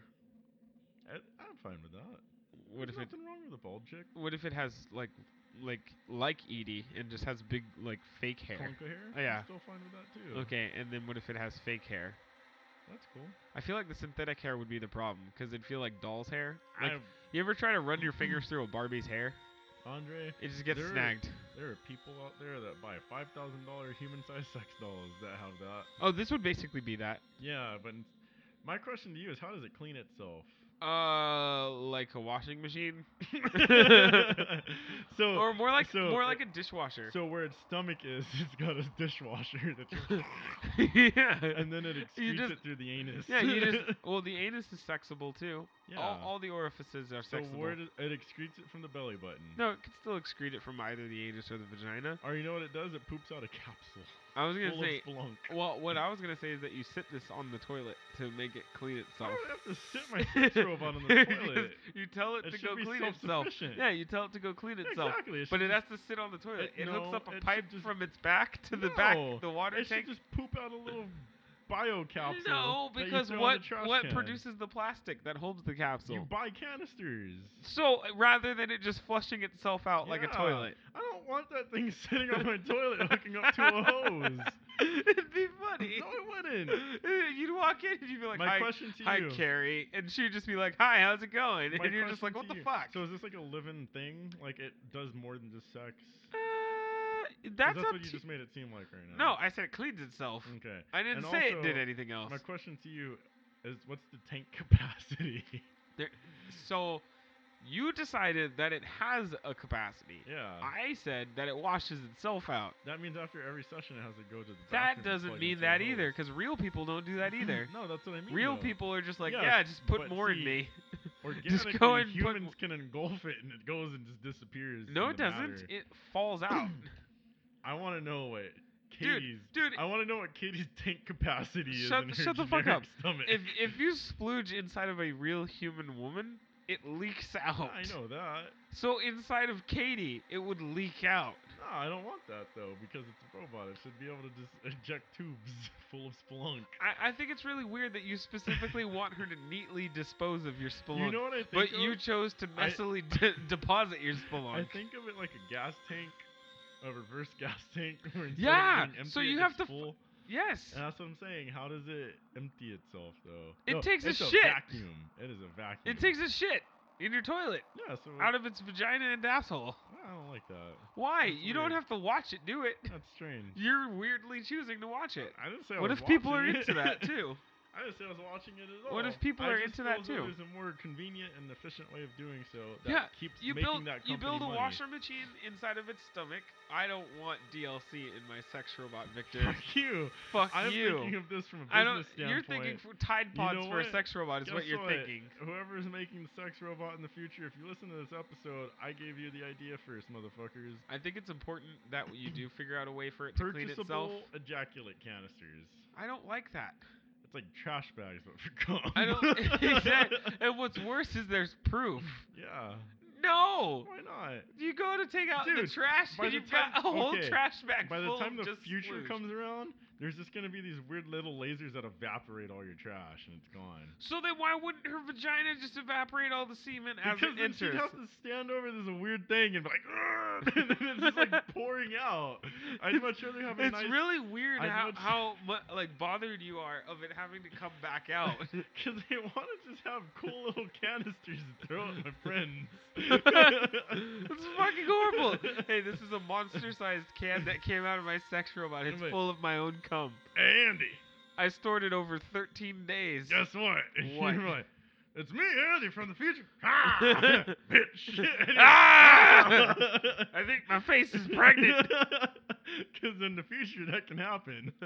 S2: I, I'm fine with that.
S3: What if
S2: There's
S3: it
S2: nothing wrong with a bald chick?
S3: What if it has like, like, like Edie and just has big like fake hair?
S2: Conker hair?
S3: Oh, yeah.
S2: I'm still fine with that too.
S3: Okay, and then what if it has fake hair?
S2: That's cool.
S3: I feel like the synthetic hair would be the problem because it'd feel like doll's hair. Like,
S2: I've-
S3: you ever try to run your fingers through a Barbie's hair?
S2: Andre,
S3: It just gets
S2: There-
S3: snagged.
S2: there are people out there that buy $5,000 human sized [laughs] sex dolls that have that.
S3: Oh, this would basically be that.
S2: Yeah, but n- my question to you is how does it clean
S3: [laughs]
S2: itself? [laughs]
S3: Uh, like a washing machine,
S2: so,
S3: or more like
S2: so
S3: more
S2: it-
S3: like a dishwasher. [laughs]
S2: so where its stomach is, [laughs] it's got a dishwasher that just,
S3: yeah. [laughs]
S2: and then it excretes
S3: just-
S2: it through the anus.
S3: yeah, you just [laughs] well the anus is sexable too.
S2: [laughs] yeah.
S3: All, all the orifices are
S2: so
S3: sexable.
S2: where does it excretes it from the belly button?
S3: no, it can still excrete it from either the anus or the vagina.
S2: Or you know what it does? It poops out a capsule.
S3: I was gonna
S2: full
S3: say,
S2: of spelunk.
S3: well, what I was gonna say is that you sit this on the toilet to make it
S2: [laughs]
S3: clean
S2: I
S3: itself.
S2: don't have to sit
S3: [laughs]
S2: my sex robot on the
S3: 'Cause
S2: toilet.
S3: you tell it,
S2: It
S3: to
S2: should
S3: go
S2: be
S3: clean itself.
S2: self-sufficient.
S3: Yeah, you tell it to
S2: [laughs]
S3: go clean itself,
S2: Exactly. It
S3: but
S2: should
S3: it
S2: just-
S3: has to sit on the toilet.
S2: it-
S3: It, hooks
S2: no,
S3: up
S2: it
S3: a
S2: should
S3: pipe
S2: just-
S3: from its back to the back,
S2: No,
S3: the water
S2: it should
S3: tank.
S2: just poop
S3: [laughs]
S2: out a little bio capsule.
S3: No,
S2: that you
S3: because
S2: throw in
S3: what
S2: the trash
S3: what
S2: can.
S3: produces the plastic that holds the capsule?
S2: You buy canisters.
S3: so uh, rather than it just flushing itself out like a
S2: Yeah.
S3: toilet,
S2: I don't want that thing [laughs] sitting on my toilet hooking up to a
S3: [laughs]
S2: hose.
S3: It'd be
S2: [laughs]
S3: funny.
S2: No, it wouldn't.
S3: you'd walk in and you'd be [laughs] like,
S2: my
S3: "Hi,
S2: question to
S3: hi,
S2: you.
S3: Carrie," and she'd just be like, "Hi, how's it going?"
S2: my
S3: and you're just
S2: question
S3: like, "What
S2: to
S3: the
S2: you.
S3: fuck?" Uh,
S2: So is this like a living thing? Like it does more than just sex? 'Cause
S3: Uh, that's
S2: that's
S3: up
S2: what you
S3: to.
S2: just made it seem like right
S3: No,
S2: now.
S3: I said it cleans itself.
S2: Okay.
S3: I didn't
S2: Mm. and
S3: say it did
S2: also,
S3: anything else.
S2: My question to you is, what's the tank [laughs] capacity?
S3: There, so, you decided that it has a capacity.
S2: yeah.
S3: I said that it washes itself out.
S2: that means after every session it has to go to the.
S3: That
S2: bathroom and
S3: doesn't
S2: plug
S3: mean
S2: into a
S3: that
S2: hose.
S3: either, because real people don't do
S2: [laughs]
S3: that either.
S2: no, that's what I mean.
S3: Real
S2: though.
S3: people are just like,
S2: Yes,
S3: yeah, just put
S2: but
S3: more in
S2: see,
S3: me.
S2: Organically,
S3: go and put
S2: humans
S3: w-
S2: can engulf it and it goes and just disappears.
S3: [laughs] No,
S2: in
S3: it
S2: the
S3: doesn't.
S2: matter.
S3: It
S2: [coughs]
S3: falls out.
S2: I want to know what
S3: Dude,
S2: Katie's.
S3: Dude,
S2: I want to know what Katie's tank capacity is
S3: Shut-
S2: in her
S3: shut the fuck
S2: generic
S3: up.
S2: stomach.
S3: if if you splooge inside of a real human woman, it leaks out.
S2: I know that.
S3: So inside of Katie, it would leak out.
S2: No, I don't want that though because it's a robot. It should be able to just eject tubes [laughs] full of spelunk.
S3: I, I think it's really weird that you specifically want her to neatly dispose of your spelunk,
S2: You know what I think?
S3: but
S2: of?
S3: you chose to
S2: I-
S3: messily [laughs] de- deposit your spelunk.
S2: I think of it like a gas tank, a reverse [laughs] gas tank. Where instead of
S3: Yeah,
S2: being
S3: so
S2: empty, it
S3: you have
S2: gets
S3: to f-
S2: Full.
S3: yes.
S2: And that's what I'm saying. How does it empty itself though?
S3: It
S2: No,
S3: takes a
S2: it's
S3: shit.
S2: Vacuum. It is a vacuum.
S3: It takes a shit in your toilet
S2: Yeah. So
S3: out of its vagina and asshole.
S2: I don't like that.
S3: Why?
S2: That's
S3: You don't
S2: weird.
S3: have to watch it do it.
S2: That's strange.
S3: [laughs] You're weirdly choosing to watch it.
S2: I didn't say I
S3: What
S2: was
S3: if people are
S2: watching
S3: into
S2: it. [laughs]
S3: that too?
S2: I didn't say I was watching it at all.
S3: What if people
S2: I
S3: are
S2: just
S3: into that
S2: feel as though There's
S3: too?
S2: a more convenient and efficient way of doing so that
S3: Yeah,
S2: keeps
S3: You
S2: making
S3: build
S2: that company
S3: you build a
S2: money.
S3: washer machine inside of its stomach. I don't want DLC in my sex robot, Victor.
S2: [laughs] [laughs] Fuck you.
S3: [laughs] Fuck
S2: I'm thinking
S3: you.
S2: of this from a business
S3: I don't.
S2: standpoint.
S3: You're thinking for Tide
S2: You
S3: Pods
S2: know
S3: for a
S2: what?
S3: sex robot is what
S2: Guess
S3: you're
S2: what?
S3: thinking.
S2: Whoever's making the sex robot in the future, if you listen to this episode, I gave you the idea first, motherfuckers.
S3: I think it's important that you do figure out a way for it to clean itself.
S2: Purchasable ejaculate canisters.
S3: I don't like
S2: [laughs]
S3: that.
S2: It's like trash bags, but for cum. [laughs]
S3: I don't. [laughs] exactly. And what's worse is there's proof.
S2: Yeah.
S3: No.
S2: Why not?
S3: You go to take out the
S2: Dude,
S3: trash,
S2: by
S3: and
S2: the
S3: you've
S2: time-
S3: got a whole
S2: okay,
S3: trash bag
S2: By the
S3: full
S2: time
S3: of
S2: the
S3: just
S2: future
S3: splooge.
S2: comes around, there's just gonna be these weird little lasers that evaporate all your trash, and it's gone.
S3: So then, why wouldn't her vagina just evaporate all the semen as
S2: because
S3: it
S2: then she'd
S3: enters?
S2: have to stand over this weird thing and be like, "Ugh," [laughs] and then it's just like pouring out. I'd
S3: It's-
S2: much rather have a
S3: It's
S2: nice.
S3: really weird
S2: I'd
S3: how,
S2: much-
S3: how mu- like bothered you are of it having to come back
S2: [laughs]
S3: out.
S2: [laughs] Because they want to just have cool little [laughs] canisters to throw at my friends.
S3: it's
S2: [laughs]
S3: fucking horrible. [laughs] Hey, this is a monster-sized can that came out of my sex robot. It's
S2: Wait.
S3: full of my own cum.
S2: Hey, Andy,
S3: I stored it over 13 days.
S2: guess what? [laughs] And
S3: What?
S2: you're like, it's me, Andy, from the
S3: [laughs]
S2: future. Ah, [laughs] bitch. And you're
S3: Ah!
S2: like, [laughs] "Ah."
S3: I think my face is
S2: [laughs]
S3: pregnant.
S2: Because in the future that can happen. [laughs]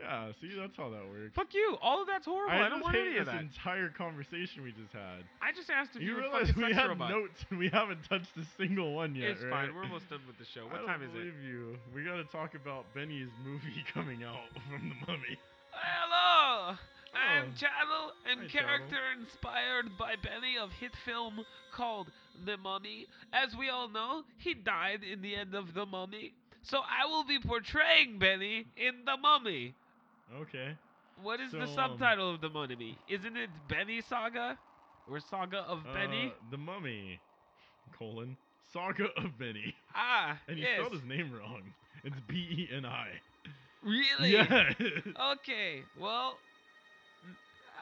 S2: Yeah, see, that's how that works.
S3: Fuck you. All of that's horrible. I, don't
S2: just
S3: want
S2: hate
S3: any
S2: this
S3: of that.
S2: entire conversation we just had.
S3: I just asked if you,
S2: you
S3: were
S2: realize
S3: fucking
S2: we
S3: sex
S2: had
S3: robot.
S2: notes and we haven't touched a single one yet,
S3: it's
S2: right?
S3: fine. We're almost done with the
S2: I
S3: show. What
S2: don't
S3: time is it?
S2: believe you. We got to talk about Benny's movie [laughs] coming out from The Mummy. Oh.
S3: Hello! I'm Channel and
S2: Hi,
S3: character inspired by Benny of hit film called The Mummy. As we all know, he died in the end of The Mummy. So I will be portraying Benny in The Mummy.
S2: Okay.
S3: What is
S2: So,
S3: the
S2: um,
S3: subtitle of The Mummy? Isn't it Benny Saga? Or Saga of Benny?
S2: Uh, the Mummy, colon, Saga of Benny.
S3: Ah,
S2: And he
S3: yes.
S2: spelled his name wrong. It's E B-E-N-I. [laughs]
S3: Really? Uh,
S2: Yeah.
S3: Okay, well,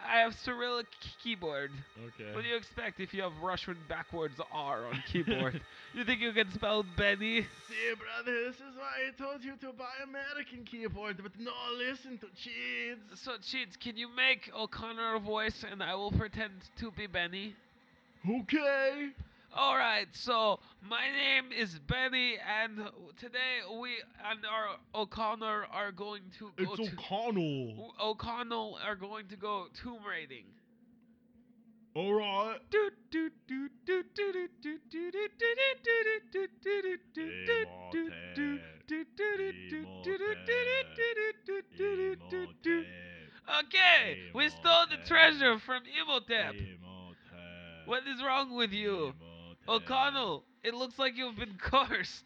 S3: I have Cyrillic keyboard.
S2: okay.
S3: What do you expect if you have Russian backwards
S2: [laughs]
S3: R on keyboard? you think you can spell Benny?
S2: See, brother, this is why I told you to buy American keyboard, but no, listen to cheats.
S3: So, Cheats, can you make O'Connor a voice and I will pretend to be Benny?
S2: Okay.
S3: Alright, so my name is Benny, and today we and our O'Connor are going to go
S2: It's O'Connell.
S3: to. O'Connell are going to go tomb raiding.
S2: All right.
S3: Hey, Okay, we stole the treasure from Imhotep. What is wrong with you? O'Connell, it looks like you've been cursed.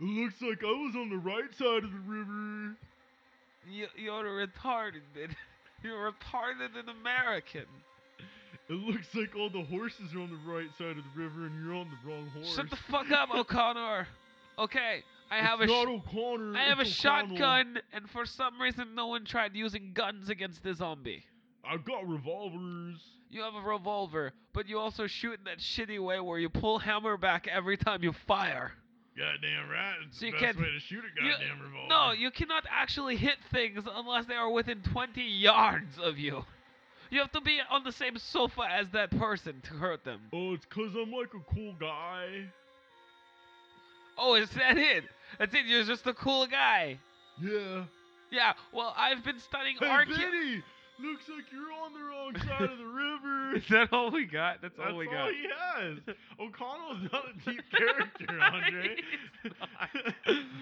S2: It looks like I was on the right side of the river.
S3: You, you're retarded, man. [laughs] You're retarded an American.
S2: It looks like all the horses are on the right side of the river and you're on the wrong horse.
S3: Shut the fuck up, O'Connor. Okay, I have a sh-
S2: O'Connor.
S3: I have a shotgun, and for some reason, no one tried using guns against the zombie.
S2: I've got revolvers.
S3: You have a revolver, but you also shoot in that shitty way where you pull hammer back every time you fire.
S2: Goddamn right. It's
S3: So
S2: the
S3: you
S2: best
S3: can't-
S2: way to shoot a
S3: You-
S2: goddamn revolver.
S3: No, you cannot actually hit things unless they are within 20 yards of you. You have to be on the same sofa as that person to hurt them.
S2: Oh, it's because I'm like a cool guy.
S3: Oh, is that it? That's it. You're just a cool guy.
S2: Yeah.
S3: Yeah. Well, I've been studying
S2: Hey,
S3: archae-
S2: Vinny, looks like you're on the wrong side of the
S3: [laughs]
S2: river.
S3: [laughs] Is that all we got? That's,
S2: That's
S3: all we got.
S2: he has. O'Connell's not a deep
S3: [laughs]
S2: character, Andre.
S3: He's not.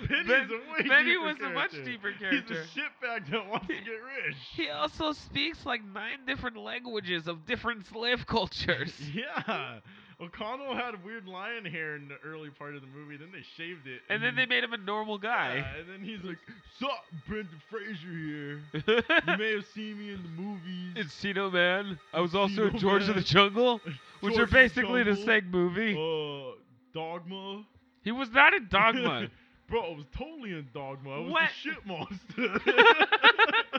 S2: Benny's
S3: Ben-
S2: a way
S3: Benny
S2: deeper
S3: was a much deeper character.
S2: He's a shitbag that wants to get rich.
S3: [laughs] He also speaks like nine different languages of different slave [laughs] cultures.
S2: Yeah. O'Connell had weird lion hair in the early part of the movie. Then they shaved it.
S3: and then they made him a normal guy.
S2: Yeah, and then he's like, Sup, Brendan Fraser here.
S3: [laughs]
S2: You may have seen me in the movies.
S3: Encino Man. I was
S2: also in Encino George of the Man.
S3: Jungle,
S2: which are George of the basically the Jungle. same
S3: movie.
S2: uh, Dogma.
S3: He was not in
S2: [laughs]
S3: Dogma.
S2: Bro, I was totally in Dogma. I was
S3: What?
S2: the shit monster.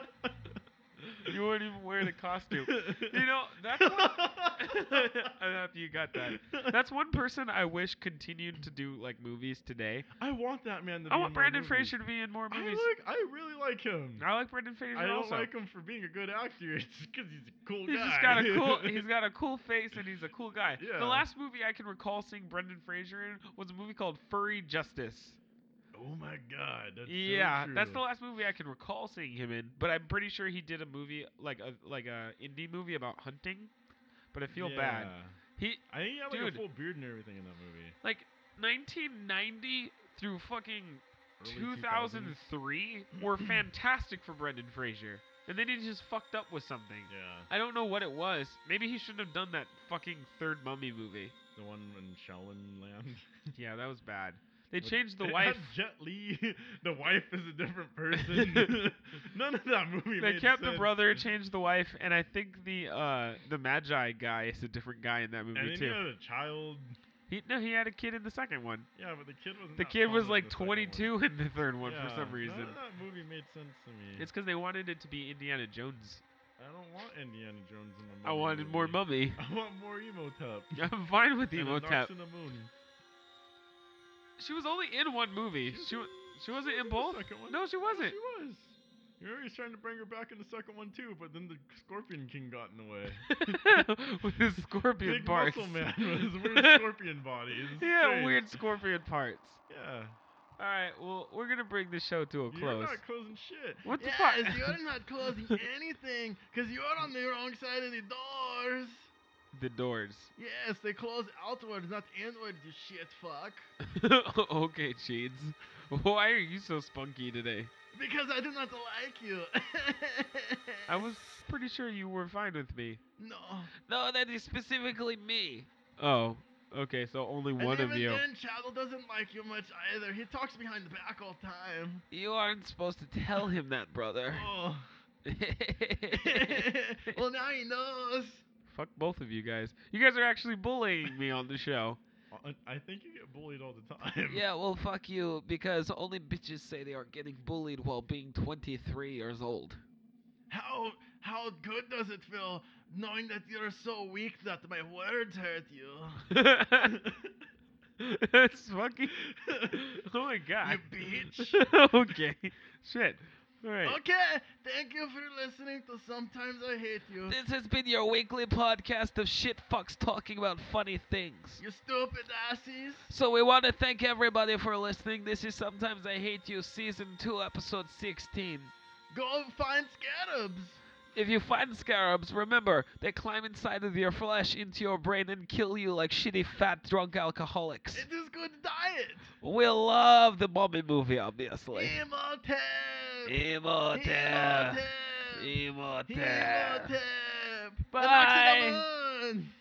S3: you weren't even wearing
S2: [laughs]
S3: a costume. [laughs] You know, that's one, I'm happy you got that. That's one person I wish continued to do like movies today.
S2: I want that man to be
S3: I
S2: in
S3: want
S2: more
S3: Brandon
S2: movies.
S3: Fraser to be in more
S2: I
S3: movies.
S2: like. I really like him.
S3: I like Brandon Fraser
S2: I don't
S3: also.
S2: like him for being a good actor. [laughs] It's because he's a cool
S3: He's
S2: guy.
S3: just got a
S2: [laughs]
S3: cool. He's got a cool face, and he's a cool guy.
S2: Yeah.
S3: The last movie I can recall seeing Brendan Fraser in was a movie called Furry Justice.
S2: oh my god. That's so
S3: yeah, that's
S2: true.
S3: the last movie I can recall seeing him in. But I'm pretty sure he did a movie like a like a indie movie about hunting. But I feel bad.
S2: Yeah.
S3: He
S2: I think he had like
S3: Dude.
S2: a full beard and everything in that movie.
S3: like 1990 through fucking
S2: Early 2000s.
S3: 2003
S2: [clears throat]
S3: were fantastic for Brendan Fraser, and then he just fucked up with something.
S2: Yeah,
S3: I don't know what it was. Maybe he shouldn't have done that fucking third Mummy movie.
S2: the one in Shaolin Land.
S3: Yeah, that was bad. They
S2: [laughs] With-
S3: changed the
S2: it
S3: wife.
S2: had Jet Li. [laughs] the wife is a different
S3: [laughs]
S2: person. None of that movie.
S3: They
S2: made
S3: kept the
S2: sense.
S3: brother, changed the wife, and I think the uh the magi guy is a different guy in that
S2: And
S3: movie
S2: then you
S3: too.
S2: had a child.
S3: He no, he had a kid in the second one.
S2: Yeah, but the kid was.
S3: The kid was like 22 in the third one for some reason.
S2: None of that movie made sense to me.
S3: It's because they wanted it to be Indiana Jones.
S2: I don't want Indiana Jones in the movie.
S3: I wanted [laughs] more mummy.
S2: [laughs] I want more
S3: [laughs]
S2: Emotep.
S3: I'm fine with
S2: And a
S3: Emotep.
S2: Knox in the Moon.
S3: She was only in one movie. She wa- she wasn't in
S2: the
S3: both.
S2: second one.
S3: No, she wasn't.
S2: She
S3: [laughs]
S2: was. You remember he was trying to bring her back in the second one too, but then the Scorpion King got in the way.
S3: [laughs] with his scorpion
S2: Big
S3: parts.
S2: muscle
S3: [laughs]
S2: man with his weird scorpion body. It's
S3: yeah,
S2: strange.
S3: weird scorpion parts.
S2: Yeah.
S3: All right, well, we're gonna bring this show to a
S2: You're
S3: close.
S2: not closing shit.
S3: What the fuck?
S1: Yes, you're not closing
S3: [laughs]
S1: anything, cause you're on the wrong side of the doors.
S3: The doors. [laughs]
S1: Yes, they close outwards, not inwards, you shit fuck.
S3: okay, Cheeds. Why are you so spunky today?
S1: Because I do not like you. [laughs]
S3: I was pretty sure you were fine with me.
S1: no.
S3: No, that is specifically me. Oh, okay, so only one
S1: and
S3: of
S1: even
S3: you.
S1: Then Shadow doesn't like you much either. He talks behind the back all the
S2: [laughs]
S1: time.
S3: You aren't supposed to tell him that, brother.
S5: [laughs]
S1: Oh. [laughs] well, now he knows.
S3: [laughs] Fuck both of you guys. You guys are actually bullying me on the show.
S2: I- I think you get bullied all the time.
S5: Yeah, well, fuck you, because only bitches say they are getting bullied while being 23 years old.
S1: How how good does it feel knowing that you're so weak that my words hurt you?
S3: [laughs] That's fucking. [laughs] Oh my god.
S1: You bitch.
S3: [laughs] okay. Shit. All right.
S1: Okay, thank you for listening to Sometimes I Hate You.
S5: This has been your weekly podcast of shit fucks talking about funny things.
S1: You stupid asses.
S5: So we want to thank everybody for listening. This is Sometimes I Hate You, Season 2, Episode 16.
S1: Go find scarabs.
S5: If you find scarabs, remember, they climb inside of your flesh into your brain and kill you like shitty, fat, drunk alcoholics.
S1: It is good diet.
S5: We love the Mummy movie, obviously.
S1: Emotep.
S5: Imhotep.
S1: Emotep.
S5: Imhotep.
S1: Emotep.
S5: Bye.
S1: Bye.